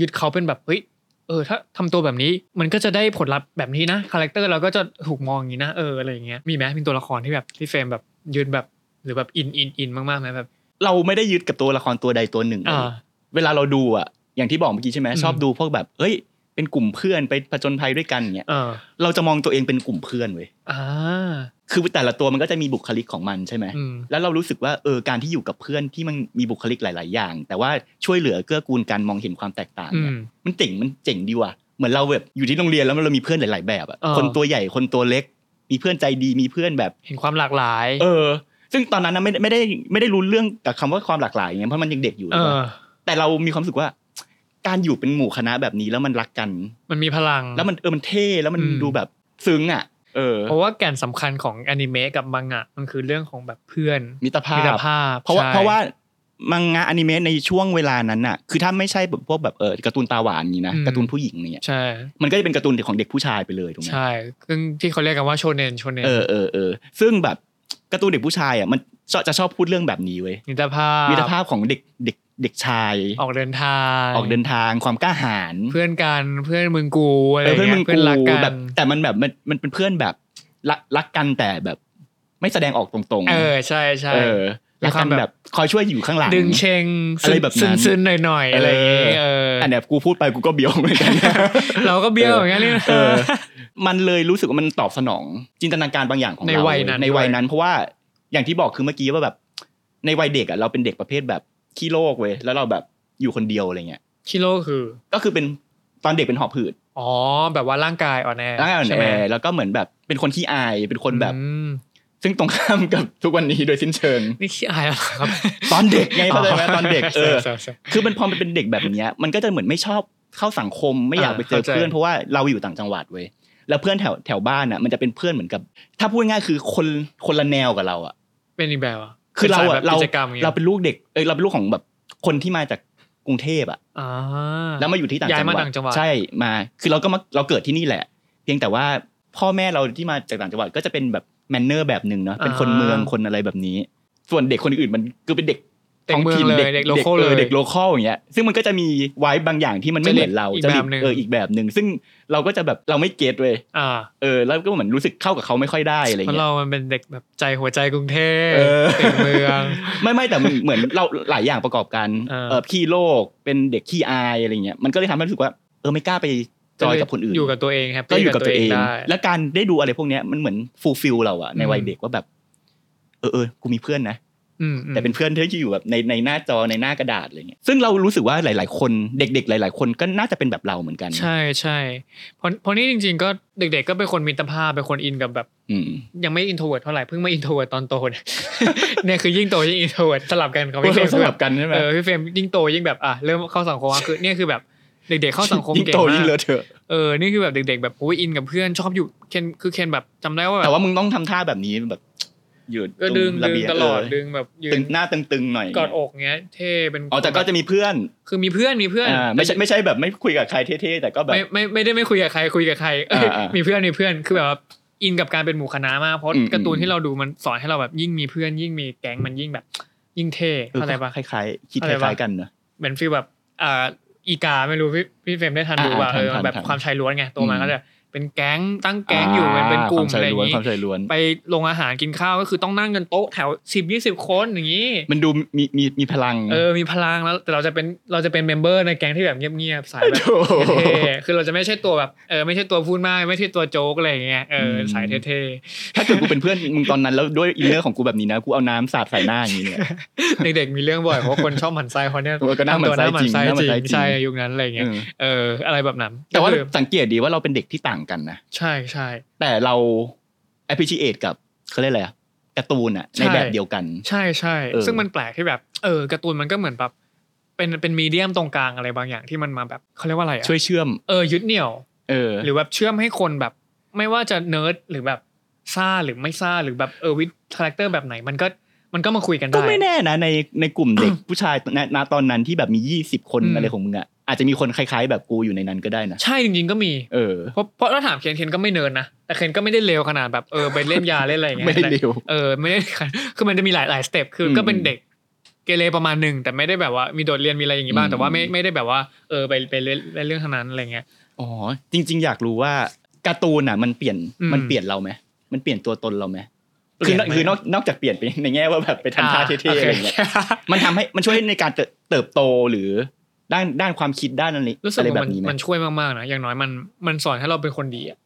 C: ยึดเขาเป็นแบบเฮ้ยเออถ้าทำตัวแบบนี้มันก็จะได้ผลลัพธ์แบบนี้นะคาแรคเตอร์เราก็จะถูกมองอย่างนี้นะเอออะไรอย่างเงี้ยมีไหมมีตัวละครที่แบบที่เฟรมแบบยืนแบบหรือแบบอินอินอินมากๆไหมแบบ
D: เราไม่ได้ยึดกับตัวละครตัวใดตัวหนึ่ง
C: อ่า
D: เวลาเราดูอ่ะ อย่างที่บอกเมื่อกี้ใช่ไหม
C: อืม
D: ชอบดูพวกแบบเอ้ย เป็นกลุ่มเพื่อนไปผจญภัยด้วยกันอย่างเงี้ย
C: เออ
D: เราจะมองตัวเองเป็นกลุ่มเพื่อนเว้ย
C: อ่า
D: คือแต่ละตัวมันก็จะมีบุคลิกของมันใช่ไหม
C: อืม
D: แล้วเรารู้สึกว่าเออการที่อยู่กับเพื่อนที่มันมีบุคลิกหลาย ๆ อย่าง แต่ว่าช่วยเหลือเกื้อกูลกันมองเห็นความแตกต่าง
C: อื
D: เนี่ย
C: ม
D: มันเจ๋งมันเจ๋งดีว่ะเหมือนเราแบบอยู่ที่โรงเรียนแล้วมันเรามีเพื่อนหลาย ๆ แบบอะ
C: อ่า
D: คนตัวใหญ่คนตัวเล็ก มีเพื่อนใจดีมีเพื่อนแบบ
C: เห็นความหลากหลาย
D: เออ ซึ่งตอนนั้นนะไม่ได้ไม่ได้ไม่ได้รู้เรื่องกับคำว่าความหลากหลายอย่างเงี้ยเพราะมันยังเด็กอยู่
C: เอ
D: ใช่
C: อ
D: ปะแต่เรามีความรู้สึกว่า การอยู่เป็นหมู่คณะแบบนี้แล้วมันรักกัน
C: มันมีพลัง
D: แล้วมันเออมันเท่แล้วมัน
C: อืม
D: ดูแบบซึ้งอ่ะ เออ
C: เพราะว่าแก่นสำคัญของอนิเมะกับมังงะมันคือเรื่องของแบบเพื่อน
D: มิตรภา
C: มิตร
D: พ
C: ภาพ
D: เพราะว่า
C: ใช่
D: เพราะว่ามังงะอนิเมะในช่วงเวลานั้นน่ะ คือถ้าไม่ใช่แบบพวกแบบเออการ์ตูนตาหวานอย่างนี้นะการ์ตูนผู้หญิงเนี่ย
C: ใช่
D: มันก็จะเป็นการ์ตูนของเด็กผู้ชายไปเลยถูกไหม
C: ใช่ซึ่งที่เขาเรียกกันว่าโชเนนโชเนน
D: เออเออเออซึ่งแบบการ์ตูนเด็กผู้ชายอ่ะมันจะจะชอบพูดเรื่องแบบนี้เว้ย
C: มิตรภาพ
D: มิตรภาพของเด็กเด็กเด็กชาย
C: ออกเดินทาง
D: ออกเดินทางความกล้าหาญ
C: เพื่อนกันเพื่อนมึงกูอะไร
D: เออเพื่อนมึ
C: เงี้ย
D: ง
C: เพื่อนรัก
D: กู
C: กั
D: แบ
C: น
D: บแต่มันแบบมันมันเป็นเพื่อนแบบรักรักกันแต่แบบ ไม่แสดงออกตรงๆ
C: เออใช่ใช่
D: เออรัก
C: มี
D: กัน
C: ความ
D: แบ
C: แบบ บ
D: คอยช่วยอยู่ข้างหลัง
C: ดึงเชง
D: อะไรแบบนั้น
C: ซึนๆหน่อยๆอะไรอย่างเงี้ย
D: เอ
C: เออ
D: อันเนี้ยกูพูดไปกูก็เบี้ยวเหมือนกัน
C: เราก็เบี้ยวอย่างเงี้ยนี่
D: เออ มันเลยรู้สึกว่ามันตอบสนองจินตนาการบางอย่างของเรา
C: ในวัยนั้น
D: ในวัย
C: ด้วย
D: นั้นเพราะว่าอย่างที่บอกคือเมื่อกี้ว่าแบบ ในวัยเด็กอ่ะเราเป็นเด็กประเภทแบบขี้โลกเว้ยแล้วเราแบบอยู่คนเดียวอะไรเงี้ย
C: คิโลคือ
D: ก็คือเป็นตอนเด็กเป็นหอบหืด
C: อ๋อแบบว่าร่างกายอ่อนแอ
D: ร่างกายอ่อน
C: ใช่
D: แอ
C: ไหม
D: แล้วก็เหมือนแบบเป็นคนขี้อายเป็นคนแบบ
C: อืม
D: ซึ่งตรงข้ามกับทุกวันนี้โดยสิ้นเชิง
C: นี่ขี้อายแล้วเหรอครับ
D: ตอนเด็กไงเข้าใจไหมตอนเด็กเออ
C: ใช่ใช่
D: คือมันพอมันเป็นเด็กแบบเนี้ยมันก็จะเหมือนไม่ชอบเข้าสังคมไม่อยาก
C: อ่า
D: ไปเจอเพื่อน
C: เข้าใจ
D: เพราะว่าเราอยู่ต่างจังหวัดเว้ยแล้วเพื่อนแถวแถวบ้านอ่ะมันจะเป็นเพื่อนเหมือนกับ ถ้าพูดง่ายๆคือคนคนละแนวกับเราอ่ะ
C: เป็นอีกแบบอ่ะ
D: คือเราอ่ะ
C: ป็นสยแบบ
D: เรา
C: กิจกรรมอย่งงี้ย
D: เราเป็นลูกเด็กเอ้ยเราเป็นลูกของแบบคนที่มาจากกรุงเทพอ่ะ
C: อ่า
D: แล้วมาอยู่ที่ต่างจั
C: ย้าย
D: งห
C: มา
D: วัด
C: ต่างจังหวัด
D: ใช่มาคือเราก็มาเราเกิดที่นี่แหละ เพียงแต่ว่าพ่อแม่เราที่มาจากต่างจังหวัดก็จะเป็นแบบแมนเนอร์แบบหนึ่งเนาะเป็นคนเมืองคนอะไรแบบนี้ ส่วนเด็กคนอื่นมันคือเป็นเด็ก
C: เด็กเมือง
D: ท้ถิ่น
C: เลยเด็กโลคอล
D: อ
C: เล
D: อย เด็กโลคอลอย่างเงี้ยซึ่งมันก็จะมีไว้บางอย่างที่มันไม่เหมือนเรา
C: อีก
D: จะห
C: แบ
D: ลี
C: บหนึ่ง
D: เอออีกแบบหนึ่งซึ่งเราก็จะแบบเราไม่เก็ตเว้ย
C: อ่า
D: เออแล้วก็เหมือนรู้สึกเข้ากับเขาไม่ค่อยได้อะไร
C: เพราะ
D: เงี้ย
C: เรามันเป็นเด็กแบบใจหัวใจกรุงเทพ
D: เออ
C: เด็กเมือง
D: ไม่ไม่แต่มันเหมือนเราหลายอย่างประกอบกัน
C: เออ
D: เออขี้โลกเป็นเด็กขี้อายอะไรเงี้ยมันก็เลยทำให้รู้สึกว่า เออไม่กล้าไปจอยกับคนอื่น
C: อยู่กับตัวเองแฮป
D: ก็
C: ปี้
D: อยู่กับตัวเอง
C: ได้
D: และการได้ดูอะไรพวกเนี้ยมันเหมือนฟูลฟิลเราอะใน
C: อืม
D: วัยเด็กว่าแบบ เออเออกูมีเพื่อนนะ
C: อืมอืม
D: แต่เป็นเพื่อนที่อยู่แบบในในหน้าจอในหน้ากระดาษอะไรเงี้ยซึ่งเรารู้สึกว่าหลาย ๆ คนเด็ก ๆ หลาย ๆ คนก็น่าจะเป็นแบบเราเหมือนกัน
C: ใช่ใช่เพราะเพราะนี่จริง ๆ ก็เด็ก ๆ ก็เป็นคนมีตรภาพเป็นคนอินกับแบบ
D: อืม
C: ยังไม่อินโทรเวิร์ดเท่าไหร่เพิ่งมาอินโทรเวิร์ดตอนโตเนี่ย เนี่ยคือยิ่งโตยิ่งอินโทรเวิร์ดสลับกันของพี่เฟรม
D: สลับกันใช่ไหม
C: เออพี่เฟรมยิ่งโตยิ่งแบบอ่ะเริ่มเข้าสังคมอ่ะคือเนี่ยคือแบบเด็ก ๆ เข้าสังคม
D: ยิ่ง
C: เก่ง
D: โต
C: มาก
D: ยิ่งเลอะเทอะ
C: เออนี่คือแบบเด็ก ๆ แบบโอ้ยอินกับเพื่อนชอบอยู่เคนคือเคนแบบจำได้ว่าแบ
D: แต่
C: บ
D: ว่ามึงต้องทำท่าแบบนี้แบบอยู่
C: ก็ดึง
D: ระ
C: ดึง
D: เบีย
C: ตลอด
D: เ
C: ดึงแบบยื
D: ตึ
C: น
D: งหน้าตึงๆหน่อย
C: กอดอกเงี้ย เท่เป็น
D: อ๋อแต่ก็จะมีเพื่อน
C: คือมีเพื่อนมีเพื่อน
D: อ่าไม่ใช่ไม่ใช่แบบไม่คุยกับใครเท่ๆแต่ก็แบบ
C: ไม่ไม่ไม่ได้ไม่คุยกับใครคุยกับใครเอ้ย
D: อ่าๆ
C: มีเพื่อนมีเพื่อนคือแบบว่าอินกับการเป็นหมู่คณะมากเพราะ
D: อืม
C: การ์ตูนที่เราดูมันสอนให้เราแบบยิ่งมีเพื่อนยิ่งมีแก๊งมันยิ่งแบบ ยิ่งเท่
D: เออ
C: เข้าใจปะ
D: คล้ายๆคิด
C: อะ
D: ค
C: ไรวะ
D: ล้ายๆกันเนอะ
C: เหมือนฟีลแบบอ่าอีกาไม่รู้พี่พี่เฟรมได้ทันดูว่า
D: อ่าๆ
C: เอนอ
D: ทัทัน
C: แบบ
D: ทัน
C: ความชายล้วนไงโตมา
D: อืม
C: ก็จะเป็นแก๊งตั้งแก๊งอยู่เป็นเป็นกลุ่ม
D: ค
C: อะ
D: วา
C: ไร
D: ใจ
C: อย่าง
D: ล้วน
C: นี้
D: ความใจล้วน
C: ไปลงอาหารกินข้าวก็คือต้องนั่งกันโต๊ะแถวสิบยี่สิบคนอย่างนี้
D: มันดูมีมีมีพลัง
C: เออ มีพลังแล้วแต่เราจะเป็นเราจะเป็นเมมเบอร์ในแก๊งที่แบบเงียบๆสายแบบ
D: โถ่
C: เท่ๆคือเราจะไม่ใช่ตัวแบบเออไม่ใช่ตัวพูดมากไม่ใช่ตัวโจ๊กอะไรอย่างเงี้ยเออ
D: อืม
C: สายเท่
D: ถ้าเกิดกูเป็นเพื่อนมึงตอนนั้นแล้วด้วยอินเนอร์ของกูแบบนี้นะกูเอาน้ำสาดใส่หน้าอย่างนี้เนี่ย
C: ๆ เด็กๆมีเรื่องบ่อยเพราะคนชอบหมันไส้คนเนี้ย
D: เออก็น่าหมั่นไส้
C: ทำตัว
D: จริงน่าหมั่นไส้
C: จริ
D: จริง
C: งใช่ยุคนั้นอะไรเงี้ย
D: เออ
C: เอออะไรแบบนั้น
D: แต่ว่า
C: ก็คือ
D: สังเกตดีว่าเราเป็นเด็กที่ต่างกันนะ
C: ใช่ใช่
D: แต่เรา appreciate กับเขาเรียกอะไรอะการ์ตูนอะ
C: ใช่
D: ในแบบเดียวกัน
C: ใช่ใช่
D: เออ
C: ซึ่งมันแปลกที่แบบ เออการ์ตูนมันก็เหมือนแบบ เป็นเป็นมีเดียมตรงกลางอะไรบางอย่างที่มันมาแบบเขาเรียกว่าอะไรอะ
D: ช่วยเชื่อม
C: เออยึดเหนี่ยว
D: เออ
C: หรือแบบเชื่อมให้คนแบบ ไม่ว่าจะเนิร์ดหรือแบบซ่าหรือไม่ซ่าหรือแบบเออวิทคาแรคเตอร์แบบไหนมันก็มันก็มาคุยกันได้
D: ก็ไม่แน่นะในในกลุ่มเด็ก ผู้ชายณณตอนนั้นที่แบบมี 20 คน
C: อืม
D: อะไรของมึงอ่ะอาจจะมีคนคล้ายๆ แบบกูอยู่ในนั้นก็ได้นะ
C: ใช่จริงๆก็มี
D: เออ
C: เพราะเพราะถ้าถามเคนเคนก็ไม่เนิร์ดนะแต่เคนก็ไม่ได้เลวขนาดแบบเออไปเล่นยาเล่นอะไรอย่างเงี้ย
D: ไม่ได้เลว
C: เออไม่ได้ คือมันจะมีหลายหลายสเต็ปคืออ
D: ม
C: ก็เป็นเด็กเกเรประมาณหนึ่งแต่ไม่ได้แบบว่ามีโดดเรียนมีอะไรอย่างงี้บ้าง
D: อืม
C: แต่ว่าไม่ไม่ได้แบบว่าเออไปไปเล่นเล่นเรื่องเทานั้นอะไรเงี้ย
D: อ๋อจริง ๆ อยากรู้ว่าการ์ตูนอ่ะมันเปลี่ยน
C: อืม
D: มันเปลี่ยนเราไหมมันเปลี่ยนตัวตนเราไหม
C: เปลี่
D: คือ
C: นไหม
D: ยนอกคือนอกนอกจากเปลี่ยนไปในแง่ว่าแบบไปทำท่าเท่ๆอะไรอย่างเงี้ยมันทำให้มันช่วยให้ในการเติบเติบโตหรือด้านด้านความคิดด้านอะไร
C: รู้สึก
D: อะไร
C: ว่า
D: แบ
C: มัน
D: บนี้ไหม
C: มันช่วยมากๆนะอย่างน้อยมันมันสอนให้เราเป็นคนดีอะ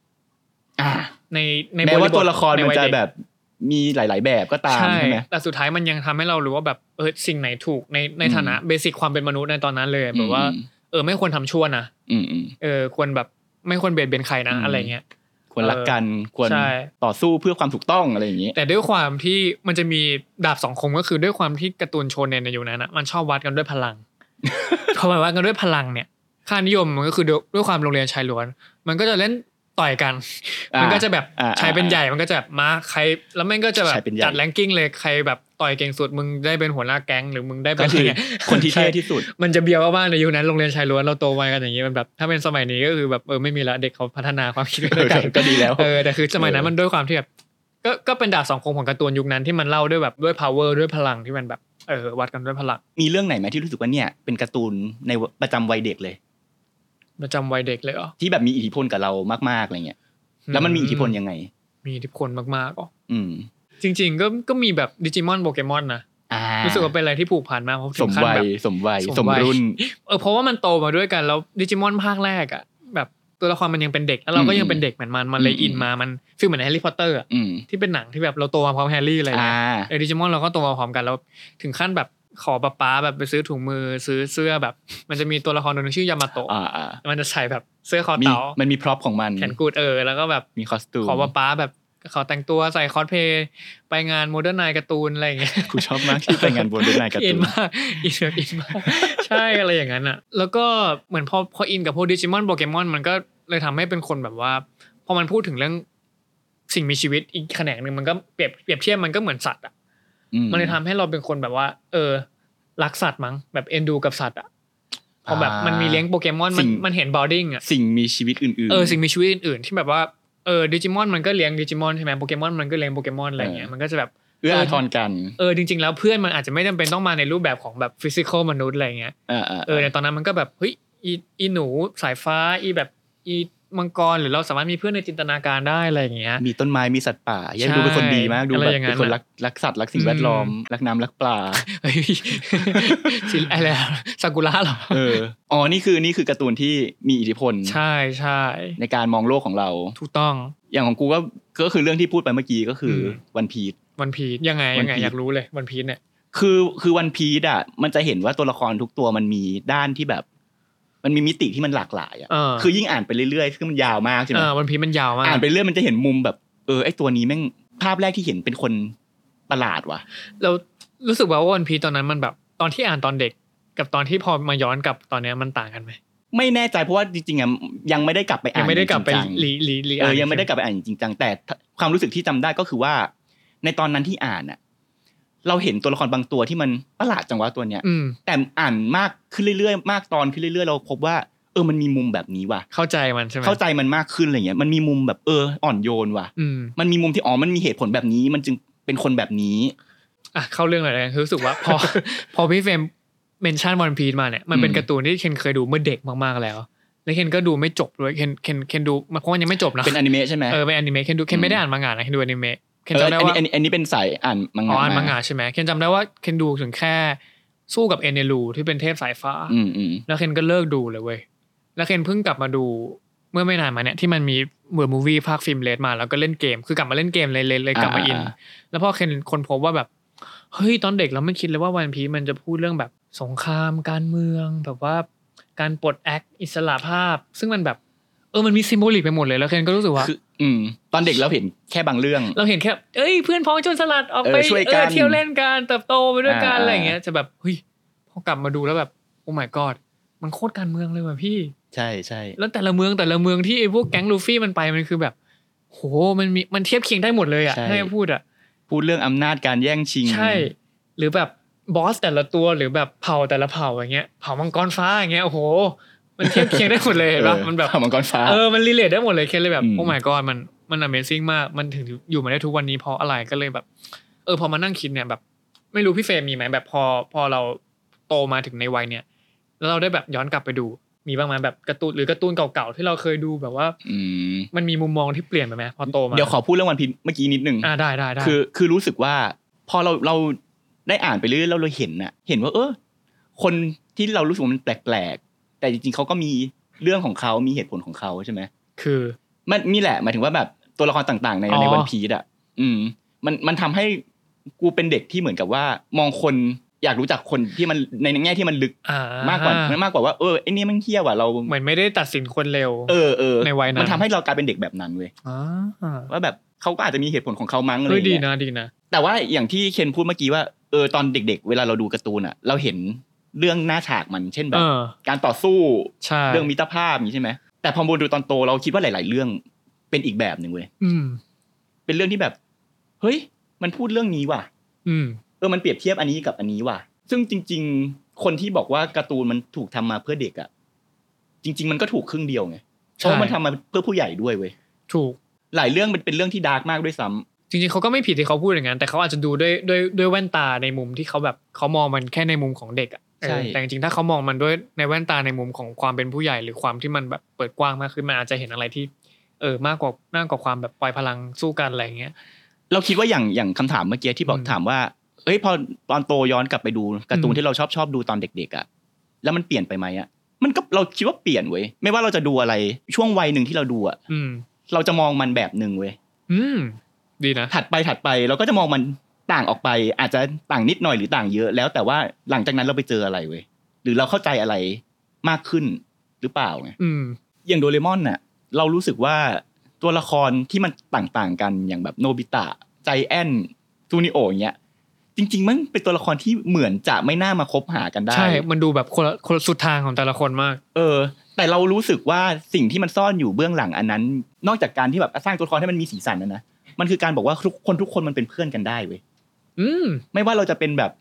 D: อ่า
C: ในใน
D: แม้
C: บริ
D: ว่า
C: บท
D: ตัวละคร
C: ใน
D: มัน
C: วัย
D: จะ
C: เด็ก
D: แบบมีหลาย ๆ แบบก็ตามใช่ไหม
C: แต่สุดท้ายมันยังทำให้เรารู้ว่าแบบเออสิ่งไหนถูกในใน
D: อืม
C: ฐานะเบสิกความเป็นมนุษย์ในตอนนั้นเลยแบบว่าเออไม่ควรทำชั่วนะ
D: อืมอืม
C: เออควรแบบไม่ควรเบียดเบียนใครนะ
D: อืม
C: อะไรเงี้ย
D: ควรรักกันควร
C: ใช่
D: ต่อสู้เพื่อความถูกต้องอะไรอย่างนี้
C: แต่ด้วยความที่มันจะมีดาบสองคมก็คือด้วยความที่การ์ตูนโชเนนในยุคนั้นนะมันชอบวัดกันด้วยพ ลัง พอมันวัดกันด้วยพลังเนี่ย ค่านิยมมันก็คือด้วยด้วยความโรงเรียนชายล้วน มันก็จะเล่นต่อยกัน
D: อ่ามั
C: มันก็จะแบบ
D: อ่า
C: ชายเป็นใหญ่มันก็จะแบบมาใคร แล้วแม่งก็จะแบบ
D: ชายเป็นใหญ่
C: จัดแรงกิ้งเลยใครแบบต่อยเก่งสุดมึงได้เป็นหัวหน้าแก๊งหรือมึงได้เป็
D: ก็
C: นอะ
D: คื
C: ไร
D: อ
C: เงี้ย
D: คนที่เท่ที่สุด
C: มันจะเบียว บ้างในยุคนั้นโรงเรียนชายล้วนเราโตมากันอย่างนี้มันแบบถ้าเป็นสมัยนี้ก็คือแบบเออไม่มีละเด็กเขาพัฒนาความคิดไปด้วยกัน
D: เออก็ดีแล้ว
C: เออแต่คือสมัยนั้น
D: เออ
C: มันด้วยความที่แบบก็ก็เป็นดาบสองคมของการ์ตูนยุคนั้นที่มันเล่าด้วยแบบด้วย power ด้วยพลังที่มันแบบเออวัดกันด้วยพลัง
D: มีเรื่องไหนไหมที่รู้สึกว่าเนี่ยเป็นการ์ตูนในประจำวัยเด็กเลย
C: ประจำวัยเด็กเลยเหรอ
D: ที่แบบมีอิทธิพลกับเรามากๆอะไรเงี้ยแล้วมันมีอิทธิพลยังไง
C: มีอิทธิพลมากๆอ๋อ
D: อืม
C: จริง ๆ ก็ก็มีแบบดิจิมอนโปเกมอนนะ
D: อ่า
C: รู้สึกว่าเป็นอะไรที่ผูกพันมากเพราะ
D: ส
C: ถึ
D: ม
C: งขั้น
D: วัย
C: แบบ
D: สมวัย
C: สมวัย
D: สมรุ่น
C: เออเพราะว่ามันโตมาด้วยกันแล้วดิจิมอนภาคแรกอ่ะแบบตัวละครมันยังเป็นเด็กแล้วเราก็ยังเป็นเด็กเหมือนมันมันเลย
D: อืม
C: อินมามันฟีลเหมือนแฮร์รี่พอตเตอร์อะ
D: อืม
C: ที่เป็นหนังที่แบบเราโตมาพร้อมแฮร์รี่อะไรอย่าง
D: อ่า
C: เงี้ยเออดิจิมอนเราก็โตมาพร้อมกันแล้วถึงขั้นแบบขอป๊าป๊าแบบไปซื้อถุงมือซื้อเสื้อแบบ มันจะมีตัวละครตัวหนึงชื่อยามาโตะ
D: อ่าอ่า
C: มันจะใส่แบบเสื้อคอ
D: มี
C: เต๋า
D: มันมีพร็อพของมัน
C: แขนกูดเออแล้วก็แบบ
D: มีคอสตูม
C: ขอป๊าป๊าแบบขอแต่งตัวใส่คอสเพลย์ไปงานโมเดิร์นไนการ์ตูนอะไรอย่างเงี้ย
D: กูชอบมากที่ไปงานบนด้วยนายการ์
C: อิ
D: ตู
C: น
D: น
C: มาก อินแบบอินมาก ใช่อะไรอย่างนั้นอ่ะ แล้วก็เหมือนพอพออินกับพวกดิจิมอนโปเกมอนมันก็เลยทำให้เป็นคนแบบว่า พอมันพูดถึงเรื่องสิ่งมีชีวิตอีกแขนงหนึ่งมันก็เปรียบเปรียบเทียบมันก็เหมือนสัตว์อ่ะ
D: อื
C: มันเลยทำให้เราเป็นคนแบบว่า เออรักสัตว์มั้งแบบเอ็นดูกับสัตว์อ่ะพอแบบมันมีเลี้ยงโปเกมอนมันมันเห็นบอดดิ้งอ่ะ
D: สิ่งมีชีวิตอื่นๆ
C: เออสิ่งมีชีวิตอื่นๆที่แบบว่าเออดิจิมอนมันก็เลี้ยงดิจิมอนใช่ไหมโปเกมอนมันก็เลี้ยงโปเกมอนอะไรอย่างเงี้ย
D: เออ
C: มันก็จะแบบ
D: เอื้ออาทรกัน
C: เออจริงๆแล้วเพื่อนมันอาจจะไม่จำเป็นต้องมาในรูปแบบของแบบฟิสิกอลมนุษย์อะไรเงี้ย
D: อ่าอ่า
C: เออในตอนนั้นมันก็แบบเฮ้ยอีอีหนูสายฟ้าอีแบบอีมังกรหรือเราสามารถมีเพื่อนในจินตนาการได้อะไรอย่างเงี้ย
D: มีต้นไม้มีสัตว์ป่าแยก
C: ใช่
D: ดูเป็นคนดีมากดู
C: อะไร
D: แบบ
C: อย่างนั้
D: เป็นนคน
C: อะ
D: รักรักสัตว์รักสิ่งแวดล้อม
C: อืม
D: รักน้ำรักปลา
C: เฮ้ยสิอะไรอะซากุระเหรอ
D: เออ อ๋อ นี่คือ นี่คือการ์ตูนที่มีอิทธิพล
C: ใช่ใช่
D: ในการมองโลกของเรา
C: ถูกต้อง
D: อย่างของกูก็ ก็คือเรื่องที่พูดไปเมื่อกี้ก็คืออ
C: ม
D: วันพีช
C: วันพียังไงยังไง
D: One Piece
C: อยากรู้เลยวันพีเนี่ย
D: คือ คือวันพีชอ่ะ มันจะเห็นว่าตัวละครทุกตัวมันมีด้านที่แบบ มันมีมิติที่มันหลากหลายอ่ะ
C: เออ
D: คือยิ่งอ่านไปเรื่อยๆคือมันยาวมากใช่ไหม
C: อ่าวันพีมันยาวมาก
D: อ่านไปเรื่อยมันจะเห็นมุมแบบ เออ ไอตัวนี้แม่ง ภาพแรกที่เห็นเป็นคนประหลาดว่ะ
C: เรารู้สึกว่าวันพีตอนนั้นมันแบบตอนที่อ่านตอนเด็ก กับตอนที่พอมาย้อนกลับตอนเนี้ยมันต่างกันไหม
D: ไม่แน่ใจเพราะว่าจริงๆอ่ะ ยังไม่ได้กลับไปอ่าน
C: ยังไม่ได้กลับไป
D: จริงๆ
C: รีรีรี
D: เอ
C: อ่าน
D: อยังไม่ได้กลับไปอ่านจริงจังแต่ถ้าความรู้สึกที่จำได้ก็คือว่า ในตอนนั้นที่อ่านอะเราเห็นตัวละครบางตัวที่มันประหลาดจังวะตัวเนี้ย
C: อืม
D: แต่อ่านมากขึ้นเรื่อยๆ มากตอนขึ้นเรื่อยๆ เราพบว่า เออมันมีมุมแบบนี้ว่ะ
C: เข้าใจมันใช่ไหม
D: เข้าใจมันมากขึ้นอะไรเงี้ยมันมีมุมแบบเอออ่อนโยนว่ะ
C: อืม
D: มันมีมุมที่อ๋อมันมีเหตุผลแบบนี้ มันจึงเป็นคนแบบนี้
C: อ่ะเข้าเรื่องหน่อยแล้วกันคือรู้สึกว่าพอ พอพี่เฟรมเมนชั่นวันพีมาเนี่ยมันเป็น
D: อืม
C: การ์ตูนที่เคนเคยดูเมื่อเด็กมากๆแล้ว แล้วเคนก็ดูไม่จบด้วยเคนเคนเคนดูเพราะว่ายังไม่จบนะ
D: เป็นอนิเมะใช่ไหม
C: เออเป็นอนิเมะเคนดูเคนไม่ได้อ่านมังงะนะเคนดูอนิเมะเคนจำได้
D: เอออัน
C: ว่า
D: นี้อันนี้อันนี้เป็นสายอ่านมั
C: อ๋อง
D: งะ
C: อ่านมัง
D: ม
C: งะใช่ไหมเคนจำได้ว่าเคนดูถึงแค่สู้กับเอเนลูที่เป็นเทพสายฟ้า
D: อืมอืม
C: แล้วเคนก็เลิกดูเลยเว้ยแล้วเคนเพิ่งกลับมาดูเมื่อไม่นานมาเนี่ยที่มันมีเวอร์มูวี่ภาคฟิล์มเลสมาแล้วก็เล่นเกม คือกลับมาเล่นเกมเลยเลยเลยกลับมาอิน แล้วพอเคนคนพบว่าแบบเฮ้ยตอนเด็กเราไม่คิดเลยว่าวันพีมันจะพูดเรื่องแบบสงครามการเมือง แบบว่าการปลดแอคอิสระภาพ ซึ่งมันแบบเออมันมีซิมโบลิกไปหมดเลยแล้วเคนก็รู้สึกว่า
D: คืออืม ตอนเด็กเราเห็นแค่บางเรื่อง
C: เราเห็นแค่เอ้ยเพื่อนพ้องชนสลัดออกไป
D: เออช่วยกัน
C: เออเที่ยวเล่นกันเติบโตไปด้วยกัน
D: อ่า
C: อะไรอย่างเงี้ยจะแบบเฮ้ยพอกลับมาดูแล้วแบบ โอ้ my god มันโคตรการเมืองเลยว่ะพี่
D: ใช่ใช่
C: แล้วแต่ละเมืองแต่ละเมืองที่ไอ้พวกแก๊งลูฟี่มันไปมันคือแบบ โหมันมีมันเทียบเคียงได้หมดเลยอ่ะให้พูดอ่ะ
D: พูดเรื่องอำนาจการแย่งชิง
C: ใช่ หรือแบบบอสแต่ละตัวหรือแบบเผ่าแต่ละเผ่าอย่างเงี้ยเผ่ามังกรฟ้าอย่างเงี้ยโอ้โห มันเทียบเคียงได้หมดเลยเห็นปะ
D: เออ
C: มันแบบ
D: มังกรฟ้า
C: เออมันรีเลทได้หมดเลยแค่เลยแบบ
D: อืม
C: โอ้ my god มันมัน amazing มากมันถึงอยู่มาได้ทุกวันนี้เพราะอะไรก็เลยแบบ เออพอมานั่งคิดเนี่ยแบบ ไม่รู้พี่เฟรมมีไหมแบบพอพอเราโตมาถึงในวัยเนี่ย แล้วเราได้แบบย้อนกลับไปดู มีบ้างไหมแบบการ์ตูนหรือการ์ตูนเก่าๆที่เราเคยดูแบบว่า
D: อืม
C: มันมีมุมมองที่เปลี่ยนไปไหมพอโตมา
D: เดี๋ยวขอพูดเรื่องวันพีชเมื่อกี้นิดนึง
C: อ่าได้ได้ได้
D: คือคือรู้สึกว่าพอเราเราได้อ่านไปเรื่อยๆแล้วเราเห็นน่ะ เห็นว่า เออคนที่เรารู้สึกว่ามันแปลกๆแต่จริงๆเขาก็มีเรื่องของเขามีเหตุผลของเขาใช่ไหม
C: คือ
D: มันนี่แหละหมายถึงว่าแบบตัวละครต่างๆ ใน
C: อ๋อ
D: ในวันพีดอ่ะ อืม มันมันทำให้กูเป็นเด็กที่เหมือนกับว่า มองคนอยากรู้จักคนที่มันในแง่ที่มันลึก
C: อ่าม
D: ากกว่ามากกว่าว่าเออไอเนี่ยมันเที่ยว่ะเรา
C: เหมือนไม่ได้ตัดสินคนเร็ว
D: เออเออ
C: ในวัยนั้น
D: มันทำให้เรากลายเป็นเด็กแบบนั้นเว้ย
C: อ่า
D: ว่าแบบเขาก็อาจจะมีเหตุผลของเขามั้งอะไร
C: เฮ้
D: อย ย่าง
C: ดี
D: เงี้ย
C: นะดีนะ
D: แต่ว่าอย่างที่เคนพูดเมื่อกี้ว่าเออตอนเด็ก ๆ เวลาเราดูการ์ตูนอ่ะ เราเห็นเรื่องหน้าฉากมันเช่นแบ
C: เอบ อ
D: การต่อสู้
C: ใช่
D: เรื่องมิตรภาพนี้ใช่ไหมแต่พอมาดูตอนโตเราคิดว่าหลาย ๆ เรื่องเป็นอีกแบบหนึ่งเว้ย
C: อืม
D: เป็นเรื่องที่แบบ เฮ้ย มันพูดเรื่องนี้ว่ะ
C: อืม
D: เออมันเปรียบเทียบอันนี้กับอันนี้ว่ะ ซึ่งจริง ๆ คนที่บอกว่าการ์ตูนมันถูกทำมาเพื่อเด็กอ่ะจริง ๆ มันก็ถูกครึ่งเดียวไงเพ
C: ใช่
D: ราะว่ามันทำมาเพื่อผู้ใหญ่ด้วยเว้ย
C: ถูก
D: หลายเรื่องมันเป็นเรื่องที่ดาร์กมากด้วยซ้ำ
C: จริงๆเขาก็ไม่ผิดที่เขาพูดอย่างนั้น แต่เขาอาจจะดูด้วยด้วยด้วยแว่นตาในมุมที่เขาแบบเขามองมันแค่ในมุมของเด็กอะเออ
D: ใช่
C: แต่จริงๆถ้าเขามองมันด้วยในแว่นตาในมุมของความเป็นผู้ใหญ่หรือความที่มันแบบเปิดกว้างมากขึ้นมันอาจจะเห็นอะไรที่ เออมากกว่ามากกว่าความแบบปล่อยพลังสู้กันอะไรอย่างเงี้ย
D: เราคิดว่าอย่างอย่างคำถามเมื่อกี้ที่บอก
C: อืม
D: ถามว่า เอ้ยพอตอนโตย้อนกลับไปดูการ์ตู
C: อื
D: น
C: ม
D: ที่เราชอบชอบดูตอนเด็กๆอ่ะแล้วมันเปลี่ยนไปไหมอ่ะมันก็เราคิดว่าเปลี่ยนเว้ยไม่ว่าเราจะดูอะไรช่วงวัยหนึ่งที่เราดูอ่ะ
C: อืม
D: เราจะมองมันแบบหนึ่งเว้ย
C: อืม ดีนะ
D: ถัดไปถัดไปเราก็จะมองมันต่างออกไป อาจจะต่างนิดหน่อยหรือต่างเยอะ แล้วแต่ว่าหลังจากนั้นเราไปเจออะไรเว้ยหรือเราเข้าใจอะไรมากขึ้นหรือเปล่าไง
C: อืม
D: อย่างโดเรมอนน่ะเรารู้สึกว่าตัวละครที่มันต่างๆกันอย่างแบบโนบิตะใจแอนทูนิโออย่างเงี้ยจริง ๆ มันเป็นตัวละครที่เหมือนจะไม่น่ามาคบหากันได้
C: ใช่ มันดูแบบคนละคนละสุดทางของแต่ละคนมาก
D: เออ แต่เรารู้สึกว่าสิ่งที่มันซ่อนอยู่เบื้องหลังอันนั้น นอกจากการที่แบบสร้างตัวละครให้มันมีสีสันนะนะมันคือการบอกว่าทุกคนทุกคนมันเป็นเพื่อนกันได้เว้ย
C: อืม
D: ไม่ว่าเราจะเป็นแบบ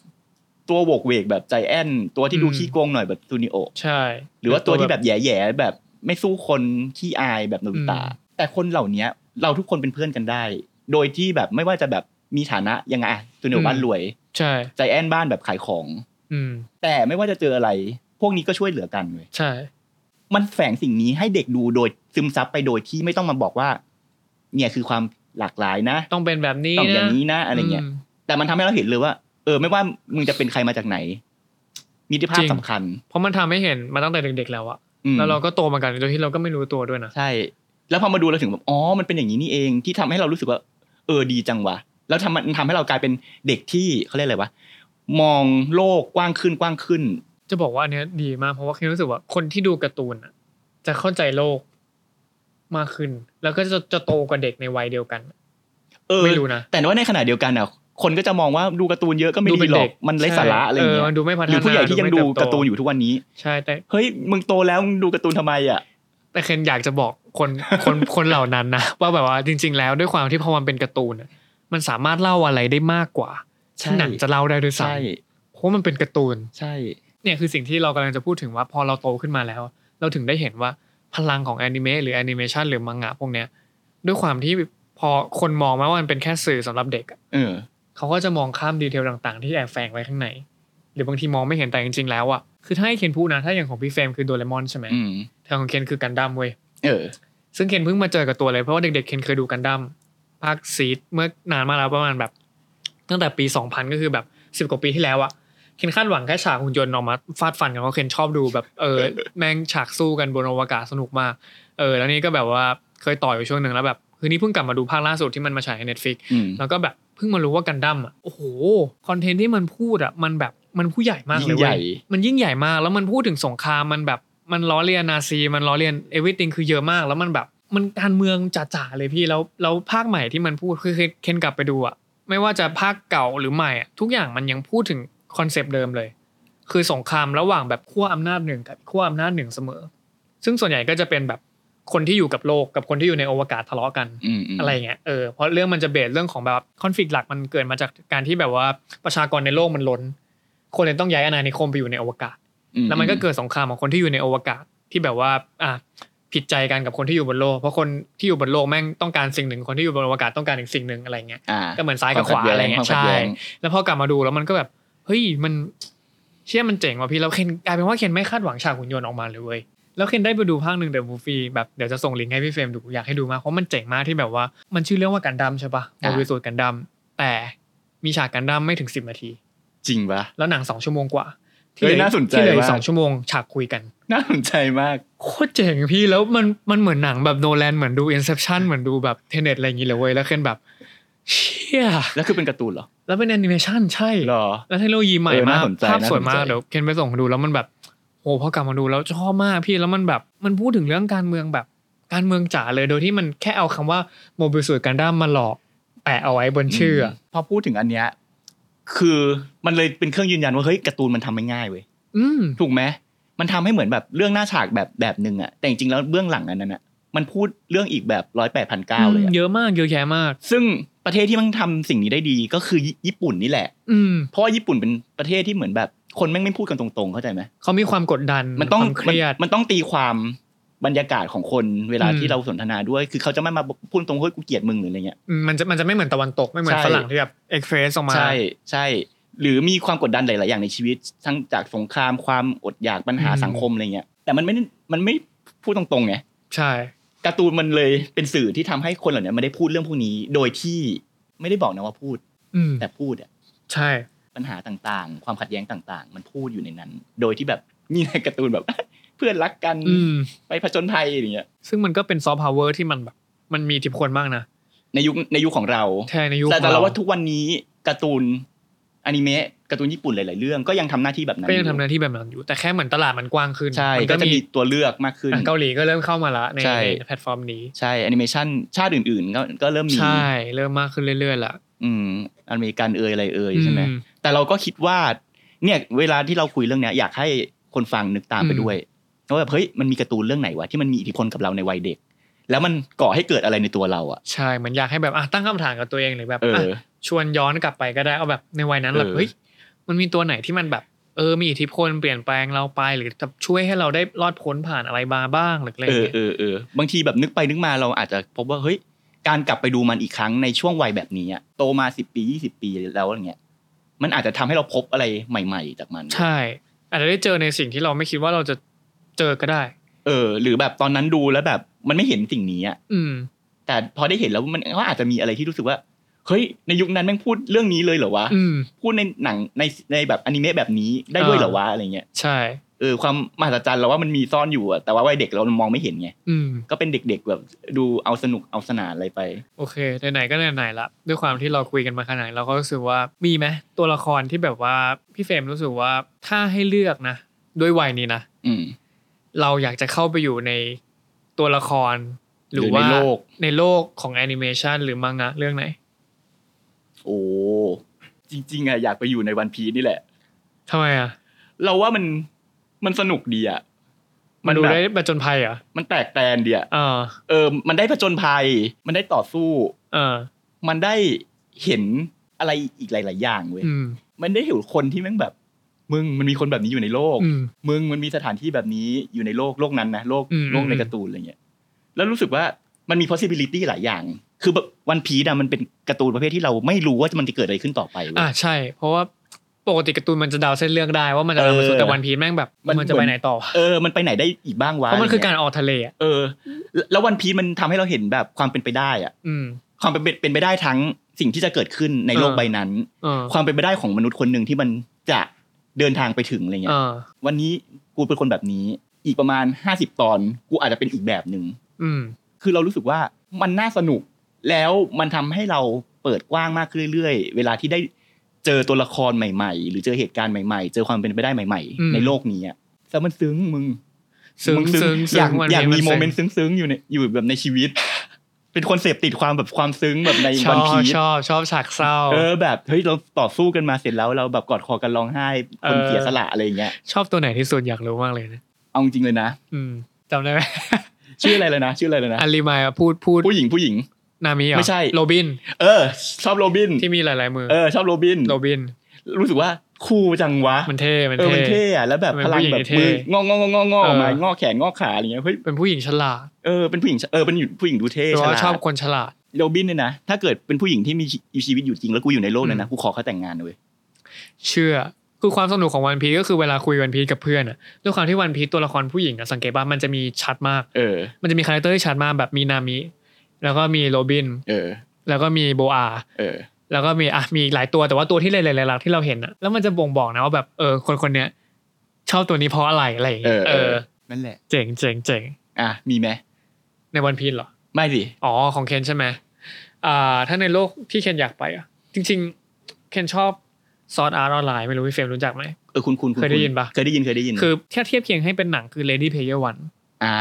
D: ตัวโวกเวกแบบใจแอนตัวที่ดู
C: อืม
D: ขี้โกงหน่อยแบบทูนิโอ
C: ใช่
D: หรือว่าตัวที่แบบแย่ๆแบบไม่สู้คนขี้อายแบบโนบิตะแต่คนเหล่าเนี้ย เราทุกคนเป็นเพื่อนกันได้ โดยที่แบบไม่ว่าจะแบบมีฐานะยังไงอะตัวเหนียวบ้านรวย
C: ใช่
D: ใจแอนบ้านแบบขายของ
C: อืม
D: แต่ไม่ว่าจะเจออะไร พวกนี้ก็ช่วยเหลือกันเลย
C: ใช่
D: มันแฝงสิ่งนี้ให้เด็กดูโดยซึมซับไปโดยที่ไม่ต้องมาบอกว่า เนี่ยคือความหลากหลายนะ
C: ต้องเป็นแบบนี้
D: ต้องอย่าง
C: ะ
D: นี้นะอะไรเงี้ย
C: ม
D: แต่มันทำให้เราเห็นเลยว่า เออ ไม่ว่ามึงจะเป็นใครมาจากไหนมิตรภาพ
C: จริง
D: สำคัญ
C: เพราะมันทำให้เห็นมาตั้งแต่เด็กๆแล้วอะ
D: อืม
C: แล้วเราก็โตมากันโดยที่เราก็ไม่รู้ตัวด้วยนะ
D: ใช่ แล้วพอมาดูเราถึงแบบอ๋อ มันเป็นอย่างนี้นี่เองที่ทำให้เรารู้สึกว่า เออดีจังวะ แล้วทำมันทำให้เรากลายเป็นเด็กที่เขาเรียกอะไรวะมองโลกกว้างขึ้นกว้างขึ้น
C: จะบอกว่าอันเนี้ยดีมากเพราะว่าคิดรู้สึกว่าคนที่ดูการ์ตูนอะจะเข้าใจโลกมากขึ้น แล้วก็จะจะโตกว่าเด็กในวัยเดียวกัน
D: เออ
C: ไม่รู้นะ
D: แต่ว่าในขณะเดียวกันอ่ะคนก็จะมองว่าดูการ์ตูนเยอะก็ไม่ดีหรอกมันไร้สาระอะไรอย่างเงี้
C: ใช่มันดู
D: ย
C: ไม่พัฒ
D: ห
C: นา
D: รือผู้ใหญ่ที่ยังดูการ์ตูนอยู่ทุกวันนี้
C: ใช่แต่
D: เฮ้ยมึงโตแล้วมึงดูการ์ตูนทำไมอ่ะ
C: แต่เคนอยากจะบอกคนคน คนเหล่านั้นนะว่าแบบว่าจริง ๆ แล้วด้วยความที่พอมันเป็นการ์ตูนน่ะมันสามารถเล่าอะไรได้มากกว่า
D: ใช่
C: ที่หนังจะเล่าได้ด้วยซ้
D: ใช่
C: ำเพราะมันเป็นการ์ตูน
D: ใช่
C: เนี่ยคือสิ่งที่เรากำลังจะพูดถึงว่าพอเราโตขึ้นมาแล้ว เราถึงได้เห็นว่าพลังของแอนิเมะหรือแอนิเมชันหรือมังงะพวกเนี้ยด้วยความที่พอคนมองมาว่ามันเป็นแค่สื่อสำหรับเด็กอะ
D: เออ
C: เขาก็จะมองข้ามดีเทลต่าง ๆ ที่แอบแฝงไว้ข้างในหรือบางทีมองไม่เห็นแต่จริงๆแล้วอ่ะคือถ้าให้เคนพูดนะถ้าอย่างของพี่เฟรมคือโดเรมอนใช่ไหม
D: อืม
C: แต่ของเคนคือกันดั้มเว้ย
D: เออ
C: ซึ่งเคนเพิ่งมาเจอกับตัวเลย เพราะว่าเด็กๆเคนเคยดูกันดั้มภาคซีดเมื่อนานมาแล้วประมาณแบบ ตั้งแต่ปี 2000 ก็คือแบบ 10 กว่าปีที่แล้วอะเคนคาดหวังแค่ฉากหุ่นยนต์ออกมาฟาดฟันกันเพราะเคนชอบดูแบบเออ แม่งฉากสู้กันบนอวกาศสนุกมากเออแล้วนี่ก็แบบว่าเคยต่ออยู่ช่วงหนึ่งแล้วแบบคือนี่เพิ่งกลับมาดูภาคล่าสุดที่มันมาฉายใน Netflix
D: อืม
C: แล้วก็แบบเพิ่งมารู้ว่ากันดั้มอ่ะโอ้โหคอนเทนต์ที่มันพูดอ่ะมันแบบมันผู้ใหญ่มากเล
D: ยิ่
C: ย
D: งให
C: เว้
D: ญ่
C: ยมันยิ่งใหญ่มากแล้วมันพูดถึงสงครามมันแบบมันล้อเลียนนาซี มันล้อเลียนเอวิติงคือเยอะมาก แล้วมันแบบมันการเมืองจ๋าๆเลยพี่แล้วแล้วภาคใหม่ที่มันพูดคือคือเคนกลับไปดูอ่ะไม่ว่าจะภาคเก่าหรือใหม่อ่ะทุกอย่างมันยังพูดถึงคอนเซปต์เดิมเลย คือสงครามระหว่างแบบขั้วอำนาจหนึ่งกับขั้วอำนาจหนึ่งเสมอ ซึ่งส่วนใหญ่ก็จะเป็นแบบคนที่อยู่กับโลกกับคนที่อยู่ในอวกาศทะเลาะกัน
D: อืมม
C: อะไรเงี้ย เออ เพราะเรื่องมันจะเบสเรื่องของแบบคอนฟ lict หลักมันเกิดมาจากการที่แบบว่าประชากรในโลกมันล้น คนเลยต้องย้ายอาณานิคมไปอยู่ในอวกาศ
D: อื
C: แล้วมันก็เกิดสงครามของคนที่อยู่ในอวกาศที่แบบว่าอ่ะผิดใจกันกับคนที่อยู่บนโลก เพราะคนที่อยู่บนโลกแม่งต้องการสิ่งหนึ่งคนที่อยู่บนอวกาศต้องการอีกสิ่งหนึ่งอะไรเงี้ย
D: อ่า
C: ก็เหมือนซ้ายกับขวา
D: คมขัดแ
C: อะไรเงี้
D: ค
C: ยว
D: มขัด
C: ใช่
D: แย้ง
C: แล้วพอกลับมาดูแล้วมันก็แบบเฮ้ยมันเชื่อมันเจ๋งว่ะพี่แล้วเคนกลายเป็นว่าเคนไม่คาดหวังฉากหุ่นยนต์ออกมาเลยเว้ยแล้วเคนได้ไปดูภาคหนึ่งเดอะบูฟีแบบเดี๋ยวจะส่งลิงก์ให้พี่เฟรมดูอยากให้ดูมากเพราะมันเจ๋งมากที่แบบว่ามันชื่อเรื่องว่ากันดั้มใช่ปะโมบิลสูตรกันดั้มแต่มีฉากกันดั้มไม่ถึงสิบนาที
D: จริงปะ
C: แล้วหนังสองชั่วโมงกว่าที่ห
D: เฮ้ย
C: ลือ
D: น่าสนใจ
C: ที่เหลืออี
D: มาก
C: กสองชั่วโมงฉากคุยกัน
D: น่าสนใจมาก
C: โคตรเจ๋งพี่แล้วมันมันเหมือนหนังแบบโนแลนเหมือนดู Inception เหมือนดูแบบเทเนตอะไรอย่างงี้เลยเว้ยแล้วเคนแบบเชี่ย
D: แล้วคือเป็นการ์ตูนเหรอ
C: แล้วเป็นแอนิเมชันใช่
D: หรอ
C: แล้วเทคโนโลยีใหม่
D: เออ
C: มา
D: น่าก สนใจ
C: ภาพ
D: น่า
C: สวยมา
D: ส
C: ก
D: นใจ
C: เดี๋ยวเคนไปส่งมาดูแล้วมันแบบโอ้พอกลับมาดูแล้วชอบมากพี่แล้วมันแบบมันพูดถึงเรื่องการเมืองแบบการเมืองจ๋าเลยโดยที่มันแค่เอาคำว่าโมบิลสูตรกันด้ามมาหลอกแปะเอาไว้บนชื่ออะ
D: มพอพูดถึงอันเนี้ยคือมันเลยเป็นเครื่องยืนยันว่าเฮ้ยการ์ตูนมันทำไม่ง่ายเว้ย
C: อืม
D: ถูกไหมมันทำให้เหมือนแบบเรื่องหน้าฉากแบบแบบหนึ่งอะแต่จริงๆแล้วเบื้องหลังอันนั้นอะมันพูดเรื่องอีกแบบร้อยแปดพันเก้าเลย
C: อืม
D: อะ
C: เยอะมากเยอะแยะมาก
D: ซึ่งประเทศที่มันทำสิ่งนี้ได้ดีก็คือญี่ปุ่นนี่แหละ
C: อืม
D: เพราะว่าญี่ปุ่นเป็นประเทศที่เหมือนแบบ คนแม่งไม่พูดกันตรงๆเข้าใจไหม
C: เขามีความกดดัน
D: มันต้อง
C: ความเครียด
D: มันมันต้องตีความบรรยากาศของคนเวลา
C: อืม
D: ที่เราสนทนาด้วย คือเขาจะไม่มาพูดตรงๆเฮ้ยกูเกลียดมึงหรืออะไรเงี้ย
C: อืมมันจะมันจะไม่เหมือนตะวันตกไม่เหมือน
D: ใช่
C: ฝรั่งที่แบบเอ็กเพรสออกมา
D: ใช่ใช่หรือมีความกดดันหลาย ๆ อย่างในชีวิต ทั้งจากสงครามความอดอยากปัญหา
C: อืม
D: สังคมอะไรเงี้ยแต่มันไม่ได้มันไม่พูดตรงๆไง
C: ใช่
D: การ์ตูนมันเลยเป็นสื่อที่ทำให้คนเหล่านี้ไม่ได้พูดเรื่องพวกนี้ โดยที่ไม่ได้บอกนะว่าพูด
C: อืม
D: แต่พูดอะ
C: ใช่
D: ปัญหาต่างๆ ความขัดแย้งต่าง ๆ มันพูดอยู่ในนั้น โดยที่แบบนี่ในการ์ตูนแบบ เพื่อนรักกัน
C: อืม
D: ไปผจญภัยอย่างเงี้ย
C: ซึ่งมันก็เป็นซอฟต์พาวเวอร์ที่มันแบบมันมีอิทธิพลมากนะ
D: ในยุคในยุคของเรา
C: แท้ในยุค
D: แต่
C: ขอ
D: แต่
C: ง
D: เรา
C: เรา
D: ว่าทุกวันนี้การ์ตูนอนิเมะการ์ตูนญี่ปุ่นหลาย ๆ เรื่องก็ยังทำหน้าที่แบบนั้น
C: ก็ยัง
D: อยู่
C: ทำหน้าที่แบบนั้นอยู่แต่แค่เหมือนตลาดมันกว้างขึ้น
D: ใช่
C: มัน
D: ก็
C: ก็
D: จะ
C: มี
D: มีตัวเลือกมากขึ้น
C: อ่ะเกาหลีก็เริ่มเข้ามาละใน
D: ใช่
C: ในแพลตฟอร์มนี้
D: ใช่แอนิเมชันชาติอื่นๆ ก็ก็เริ่มมี
C: ใช่ เริ่มมากขึ้นเรื่อยๆละ
D: อืมอเมริกันเอยอะไรเอยใช่ไหม
C: อื
D: แต่เราก็คิดว่าเนี่ยเวลาที่เราคุยเรื่องเนี้ยอยากให้คนฟังนึกตามไป
C: อืม
D: ด้วยว่าแบบเฮ้ยมันมีการ์ตูนเรื่องไหนวะที่มันมีอิทธิพลกับเราในวัยเด็ก แล้วมันก่อให้เกิดอะไรในตัวเราอ่ะ
C: ใช่เหมือนอยากให้แบบอ่ะตั้งคำถามกับตัวเองหรือแบบ
D: เออ
C: ะชวนย้อนกลับไปก็ได้เอาแบบในวัยนั้นแบบ
D: เออ
C: เฮ้ยมันมีตัวไหนที่มันแบบเออมีอิทธิพลเปลี่ยนแปลงเราไปหรือจะช่วยให้เราได้รอดพ้นผ่านอะไรมาบ้างหรืออะไรอ
D: เอย่าง อ
C: เงี้ย
D: เออเออบางทีแบบนึกไปนึกมาเราอาจจะพบว่าเฮ้ยการกลับไปดูมันอีกครั้งในช่วงวัยแบบนี้อะโตมาสิบปียี่สิบปีแล้วอะไรเงี้ยมันอาจจะทำให้เราพบอะไรใหม่ ๆ จากมัน
C: ใช่ อาจจะได้เจอในสิ่งที่เราไม่คิดว่าเราจะเจอก็ได้
D: เออหรือแบบตอนนั้นดูแล้วแบบมันไม่เห็นสิ่งนี้อะ
C: อืม
D: แต่พอได้เห็นแล้วมันก็อาจจะมีอะไรที่รู้สึกว่าเฮ้ยในยุคนั้นแม่งพูดเรื่องนี้เลยเหรอวะ
C: อืม
D: พูดในหนังในในแบบอนิเมะแบบนี้ได้ด้วย
C: อ่า
D: เหรอวะอะไรเงี้ย
C: ใช่
D: เออความมหัศจรรย์เราว่ามันมีซ่อนอยู่อะแต่ว่าวัยเด็กเรามองไม่เห็นไง
C: อืม
D: ก็เป็นเด็ก ๆ แบบดูเอาสนุกเอาสนานอะไรไป
C: โอเค ไหนๆ ก็ไหนๆ ละ ด้วยความที่เราคุยกันมาขนาดนี้เราก็รู้สึกว่ามีไหมตัวละครที่แบบว่าพี่เฟรมรู้สึกว่าถ้าให้เลือกนะ ด้วยวัยนี้นะ
D: อืม
C: เราอยากจะเข้าไปอยู่ในตัวละคร หรือ
D: หรือ
C: ว่า
D: ในโลก
C: ในโลกของแอนิเมชันหรือมังงะเรื่องไหน
D: โอ้จริง ๆอะอยากไปอยู่ในวันพีซนี่แหละ
C: ทำไมอ่ะ
D: เราว่ามันมันสนุกดีอะ
C: มันดู
D: แบบ
C: ได้ประจนภัยเหรอ
D: มันแตกแตนดีอะ
C: อ่า
D: เออมันได้ผจญภัย มันได้ต่อสู้
C: อ่า
D: มันได้เห็นอะไรอีกหลาย ๆ อย่างเว้ย
C: อืม
D: มันได้เห็นคนที่แม่งแบบ มึงมันมีคนแบบนี้อยู่ในโลก
C: อืม
D: มึงมันมีสถานที่แบบนี้อยู่ในโลกโลกนั้นนะโลก
C: อืม
D: โลกใน
C: อืม
D: การ์ตูนอะไรเงี้ย แล้วรู้สึกว่ามันมี possibility หลายอย่าง คือแบบวันพีนะมันเป็นการ์ตูนประเภทที่เราไม่รู้ว่ามันจะเกิดอะไรขึ้นต่อไปเว้
C: อ่าย ใช่ เพราะว่าปกติการ์ตูนมันจะเดาเส้นเรื่องได้ว่ามันจะนำไปสู่
D: เออ
C: แต่วันพีแม่งแบบ
D: มัน
C: มันจะไปไหนต่อวะ
D: เออ มันไปไหนได้อีกบ้างวะ
C: เพราะมันคือการ
D: ะไเงี้ย
C: ออกทะเลอ่ะ
D: เออ แล้ววันพีมันทำให้เราเห็นแบบความเป็นไปได้อะ
C: อืม
D: ความเป็นเป็นไปได้ทั้งสิ่งที่จะเกิดขึ้นในโลก
C: เออ
D: ใบนั้น
C: อ่า
D: ความเป็นไปได้ของมนุษย์คนหนึ่งที่มันจะเดินทางไปถึงอะไรเงี้ย
C: อ่า
D: วันนี้กูเป็นคนแบบนี้ อีกประมาณห้าสิบตอน กูอาจจะเป็นอีกแบบหนึ่ง
C: อืม
D: คือเรารู้สึกว่ามันน่าสนุก แล้วมันทำให้เราเปิดกว้างมากขึ้นเรื่อยๆ เวลาที่ได้เจอตัวละครใหม่ๆ หรือเจอเหตุการณ์ใหม่ๆ เจอความเป็นไปได้ใหม่
C: อืม
D: ๆ ในโลกนี้อะแต่มันซึ้งมึง
C: ซึ้ง
D: มึ
C: ซึ้ง
D: อยาก
C: วั
D: อยาก
C: น
D: มี
C: นี้
D: โมเมน
C: น
D: ต์
C: ซึ้ง
D: ซึ้งๆอยู่ในอยู่แบบในชีวิต เป็นคนเสพติดความแบบความซึ้งแบบใน
C: ช
D: วั
C: อน บ
D: พี
C: ชอบชอบฉากเศร้า
D: เออแบบเฮ้ยเราต่อสู้กันมาเสร็จแล้วเราแบบกอดคอกันร้องไห้คน
C: เออ
D: เสียสละอะไรอย่างเงี้ย
C: ชอบตัวไหนที่สุดอยากรู้มากเลยนะ
D: เอาจริงๆเลยนะ
C: อืมจำได้ไหม
D: ชื่ออะไรเลยนะ ชื่ออะไรเลยนะ
C: อันรีมายอะพูดพูด
D: ผู้หญิงผู้หญิง
C: นามิเหรอ
D: ไม่ใช่
C: โรบิน
D: เออ ชอบโรบิน
C: ที่มีหลายๆมือ
D: เออชอบโรบิน
C: โรบิน
D: รู้สึกว่าคูลจังวะ
C: มันเท่มัน
D: เออ
C: เท่
D: มันเท่อะแล้วแบบ
C: มัน
D: พ
C: เป็น
D: ลังแบ
C: ผู้ห
D: บ
C: ญิงที่
D: มือ
C: เท่
D: งองององอ
C: เออ
D: มางอแขนงอขาอะไรเงี้ยเฮ้ย
C: เป็นผู้หญิงฉลาด
D: เออเป็นผู้หญิงเออเป็นผู้หญิงดูเท่
C: เพ
D: ฉ
C: ราะว่า
D: ลาด
C: ชอบคนฉลาด
D: โรบินเนี่ยนะถ้าเกิดเป็นผู้หญิงที่มีชีวิตอยู่จริงแล้วกูอยู่ในโลกนั้นนะกูขอเขาแต่งงานนะเลย
C: เชื่อคือความสนุกของวันพีก็คือเวลาคุยวันพีกับเพื่อนอะด้วยความที่วันพีตัวละครผู้หญิงอะสังเกตว่ามันจะมีชัดมาก
D: เออ
C: มันจะมีคาแรคเตอร์ที่ชัดมากแบบมีนามิ แล้วก็มีโรบิน
D: เออ
C: แล้วก็มีโบอา
D: เออ
C: แล้วก็มีอ่ะมีอีกหลายตัวแต่ว่าตัวที่หลายๆหลักๆที่เราเห็นอะแล้วมันจะบ่งบอกนะว่าแบบเออคนคนๆเนี้ยชอบตัวนี้เพราะอะไรอะไรอย่าง
D: เอ
C: เงี้
D: อย เอ
C: เอ
D: อ
C: อ
D: นั่นแหละ
C: เจ๋งเจ๋งเจ๋ง
D: อ่ะ มีไหม
C: ในวันพีเหรอ
D: ไม่สิ
C: อ๋อของเคนใช่ไหมอ่าถ้าในโลกที่เคนอยากไปอ่ะ จริง ๆ เคนชอบซอสอาร์ตออนไลน์ไม่รู้พี่เฟรมรู้จักไหม
D: เออคุณคุณณ
C: เคยได้ยินปะ
D: เคยได้ยินเคยได้ยิน
C: คือแค่เทียบเคียงให้เป็นหนังคือ Lady Player One
D: อ่า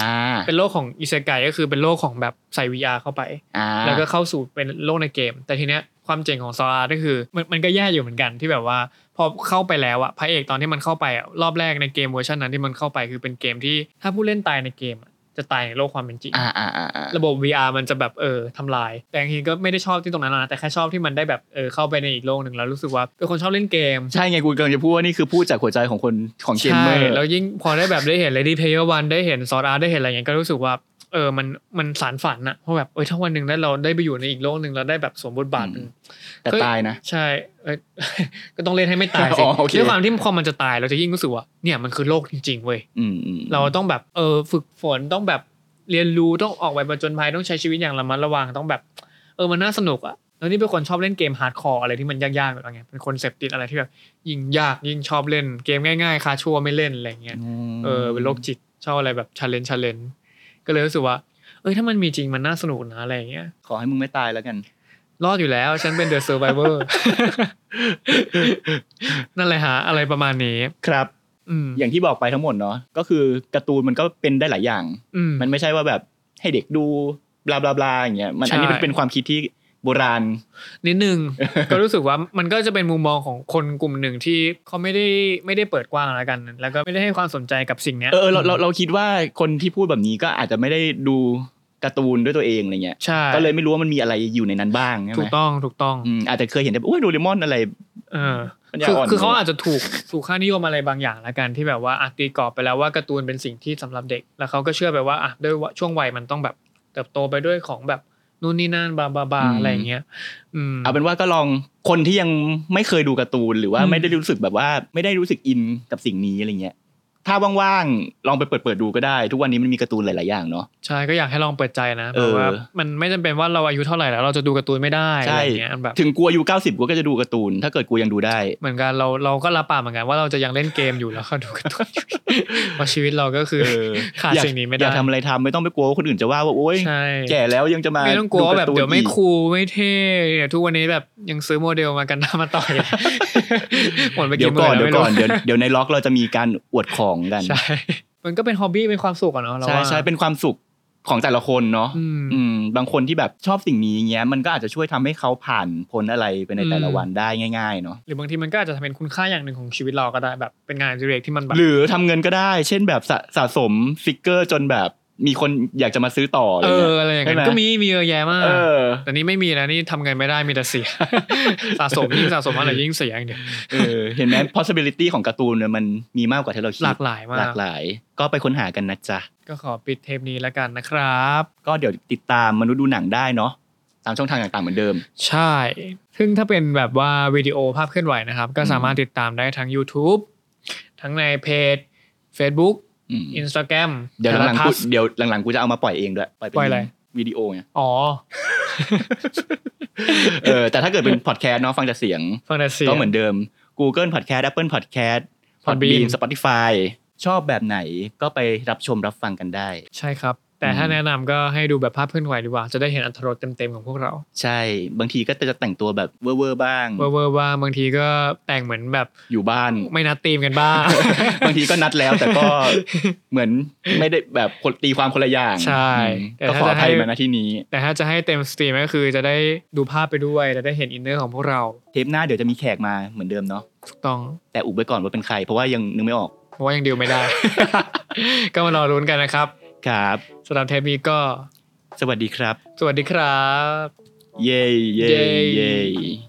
C: เป็นโลกของอิเซไกก็คือเป็นโลกของแบบใส่ VR เข้าไป
D: อ่า
C: แล้วก็เข้าสู่เป็นโลกในเกม แต่ทีเนี้ยความเจ๋งของซอสอาร์ตก็คือมันมันก็แย่อยู่เหมือนกันที่แบบว่า พอเข้าไปแล้วอะพระเอกตอนที่มันเข้าไปอะรอบแรกในเกมเวอร์ชันนั้นที่มันเข้าไปคือเป็นเกมที่ถ้าผู้เล่นตายในเกมอะจะตายในโลกความเป็นจริง
D: อ่าอ่าอ่าอ่า
C: ระบบ VR มันจะแบบเออทำลาย แต่จริงๆก็ไม่ได้ชอบที่ตรงนั้นหรอกนะแต่แค่ชอบที่มันได้แบบเออเข้าไปในอีกโลกหนึ่งแล้วรู้สึกว่าเป็นคนชอบเล่นเกม
D: ใช่ไงกูกำลังจะพูดว่านี่คือพูดจากหัวใจของคนของเกมเมอร์
C: แล้วยิ่งพอได้แบบได้เห็น Lady Player One ได้เห็น Sword Art ได้เห็นอะไรอย่างเงี้ยก็รู้สึกว่าเออมันมันสารฝันอะเพราะแบบเออถ้าวันหนึ่งได้เราได้ไปอยู่ในอีกโลกหนึ่งเราได้แบบสวมบทบาทเป็น
D: แต่
C: เคย
D: ตายนะ
C: ใช่เอ้ย ก็ต้องเล่นให้ไม่ตายสิ
D: อ๋อโอเค
C: ด้วยความที่พอมันจะตายเราจะยิ่งรู้สึกว่าเนี่ยมันคือโลกจริงๆเว้ย
D: อืมอืม
C: เราต้องแบบเออฝึกฝนต้องแบบเรียนรู้ต้องออกไปประจนภัยต้องใช้ชีวิตอย่างระมัดระวังต้องแบบ เออมันน่าสนุกอะแล้วนี่เป็นคนชอบเล่นเกมฮาร์ดคอร์อะไรที่มันยากๆแบบนั้นไงเป็นคนเสพติดอะไรที่แบบยิ่งยากยิ่งชอบเล่นเกมง่ายๆคาชัวไม่เล่นอะไรเงี้ยเออเป็นโรคจิตชอบอะไรแบบชาเลนจ์ชาเลนจ์ก็เลยรู้สึกว่า เอ้ยถ้ามันมีจริงมันน่าสนุกนะอะไรเงี้ย
D: ขอให้มึงไม่ตายแล้วกัน
C: รอดอยู่แล้วฉันเป็นเดอะเซอร์ไ r เวอร์ นั่นแหละฮะอะไรประมาณนี้
D: ครับ
C: อืม
D: อย่างที่บอกไปทั้งหมดเนาะก็คือการ์ตูนมันก็เป็นได้หลายอย่าง
C: อืม
D: มันไม่ใช่ว่าแบบให้เด็กดูบลาบลาบลาอย่างเงี้ยมัน
C: ใช่
D: อันนี้มันเป็นความคิดที่โบราณ
C: นิดนึ ง ก็รู้สึกว่ามันก็จะเป็นมุมมองของคนกลุ่มหนึ่งที่เขาไม่ได้ไม่ได้เปิดกว้างแล้วกัน แล้วก็ไม่ได้ให้ความสนใจกับสิ่งเนี้ย
D: เออเออเราเราเราคิดว่าคนที่พูดแบบนี้ก็อาจจะไม่ได้ดูการ์ตูนด้วยตัวเองอะไรเงี้ย
C: ใช่
D: ก็เลยไม่รู้ว่ามันมีอะไรอยู่ในนั้นบ้างใช่ไห
C: ถู
D: ม
C: กต้องถูกต้อง
D: อืมอาจจะเคยเห็นแต่โอ้ยโดเรมอนอะไร
C: เออ
D: ปัญญา
C: คือ
D: อ่อน
C: คือเขาอาจจะถูกถูกค่านิยมอะไรบางอย่างแล้วกันที่แบบว่าอะตีกรอบไปแล้วว่าการ์ตูนเป็นสิ่งที่สำหรับเด็ก แล้วเขาก็เชื่อไปว่าอ่ะด้วยว่าช่วงวัยมันต้องแบบเติบโตไปด้วยของแบบนู่นนี่นั่นบาบาบาอะไรอย่างเงี้ย อืม
D: เอาเป็นว่าก็ลองคนที่ยังไม่เคยดูการ์ตูนหรือว่า
C: อืม
D: ไม่ได้รู้สึกแบบว่าไม่ได้รู้สึกอินกับสิ่งนี้อะไรเงี้ยถ้าว่างๆลองไปเปิดเปิดๆดูก็ได้ ทุกวันนี้มันมีการ์ตูนหลายๆอย่างเนาะ
C: ใช่ก็อยากให้ลองเปิดใจนะเพ
D: เออ
C: ราะว่ามันไม่จำเป็นว่าเราอายุเท่าไหร่แล้วเราจะดูการ์ตูนไม่ได้อะไร
D: ใช่
C: อย่างเงี้ยแบบ
D: ถึงกูอายุเก้าสิบกูก็จะดูการ์ตูน ถ้าเกิดกูยังดูได้
C: เหมือนกันเราเราก็รับปากเหมือนกันว่าเราจะยังเล่นเกมอยู่แล้วก็ดูการ์ตูน อยู่เพราะชีวิตเราก็คือ
D: เออ
C: ขาด
D: อยก
C: สิ่งนี้ไม่ได้
D: อยากทำอะไรทำไม่ต้องไปกลัวว่าคนอื่นจะว่าว่าโอ๊ย
C: ใช่
D: แก่แล้วยังจะมา
C: ไม่ต้องกลัวว่าแบบ
D: การ์ตูน
C: เดี๋ยวไม่
D: อีก
C: คูลไม่เท่เดี๋ยวทุกวันนี้แบบยังซื้อโมเดลมากันหน้ามาต่อย หมดไป
D: เดี๋ย
C: กี่
D: ว
C: หมื่
D: ก่อน
C: น
D: เดี๋ย
C: แล้ว
D: วก่อน
C: ไม่รู้
D: เดี๋ยวเดี๋ยวในล็อกเราจะมีการอวดของกัน
C: ใช่ มันก็เป็นฮอบบี้เป็นความสุขอะเนาะเรา
D: ใช่
C: ว่า
D: ใช่เป็นความสุขของแต่ละคนเนาะ
C: อืม
D: อืมบางคนที่แบบชอบสิ่งนี้อย่างเงี้ยมันก็อาจจะช่วยทำให้เขาผ่านพ้นอะไรไปในแต่ละ
C: อืม
D: วันได้ง่าย ๆเนาะ
C: หรือบางทีมันก็อาจจะเป็นคุณค่าอย่างหนึ่งของชีวิตเราก็ได้แบบเป็นงานอดิเรกที่มันแบบ
D: หรือทำเงินก็ได้ เช่นแบบสะสะสมฟิกเกอร์จนแบบมีคนอยากจะมาซื้อต่ออะไร
C: เอ
D: เงี้
C: อย อะไรอย่างเงี้
D: ใช่
C: ย
D: ไหม
C: ก็มีมีเยอะแยะมาก
D: เออ
C: แต่นี่ไม่มีนะนี่ทำเงินไม่ได้มีแต่เสีย สะสมยิ่งสะสมอะไรยิ่งเสียอย่างเดียว
D: เออเห็นไหม possibility ของการ์ตูนเนี่ยมันมีมากกว่าที่เราคิด
C: หลากหลายมา
D: ห
C: ก
D: ลากหลาย ก็ไปค้นหากันนะจ๊ะ
C: ก็ขอปิดเทปนี้แล้วกันนะครับ
D: ก็เดี๋ยวติดตามมนุษย์ดูหนังได้เนาะตามช่องทางต่างๆเหมือนเดิม
C: ใช่ ซึ่งถ้าเป็นแบบว่าวิดีโอภาพเคลื่อนไหวนะครับ ก็สามารถติดตามได้ทั้ง YouTube ทั้งในเพจ Facebook
D: อืม
C: Instagram
D: เดี๋ยวหลังๆกู
C: พัส
D: เดี๋ยวหลังๆกูจะเอามาปล่อยเองด้วยปล่อยเป็น
C: ปล่อยอะไร
D: วิดีโอไง
C: อ๋อ
D: เออแต่ถ้าเกิดเป็นพอดแคสต์เนาะฟังจากเสียง
C: ฟังแต่เสียง
D: ก็เหมือนเดิม Google Podcast Apple Podcast
C: Podbean
D: Podbean Spotify ชอบแบบไหนก็ไปรับชมรับฟังกันได้
C: ใช่ครับ แต่ถ้า
D: อืม
C: แนะนำก็ให้ดูแบบภาพเคลื่อนไหวดีกว่า จะได้เห็นอัตรสเต็มๆของพวกเรา
D: ใช่บางทีก็จะแต่งตัวแบบเว่อร์ๆบ้าง
C: เวอร์ๆว่าบางทีก็แต่งเหมือนแบบ
D: อยู่บ้าน
C: ไม่นัดตีมกันบ้าง
D: บางทีก็นัดแล้วแต่ก็เหมือนไม่ได้แบบคนตีความคนละอย่าง
C: ใช่
D: อืม
C: แต่
D: ก็ข
C: ถ้า
D: อ
C: จะ
D: อภัย
C: ให้
D: มาณที่นี้
C: แต่ถ้าจะให้เต็มสตรีมก็คือจะได้ดูภาพไปด้วยจะได้เห็นอินเนอร์ของพวกเรา
D: เทปหน้าเดี๋ยวจะมีแขกมาเหมือนเดิมเนาะ
C: ถูกต้อง
D: แต่อุบไว้ก่อนว่าเป็นใคร เพราะว่ายังนึกไม่ออก
C: เพราะว่ายังดีลไม่ได้ ก็มารอรุ้นกันนะครับ
D: ครับ
C: สำหรับเทปนี้ก็
D: สวัสดีครับ
C: สวัสดีครับ
D: เย้เย้
C: เย้
D: เย้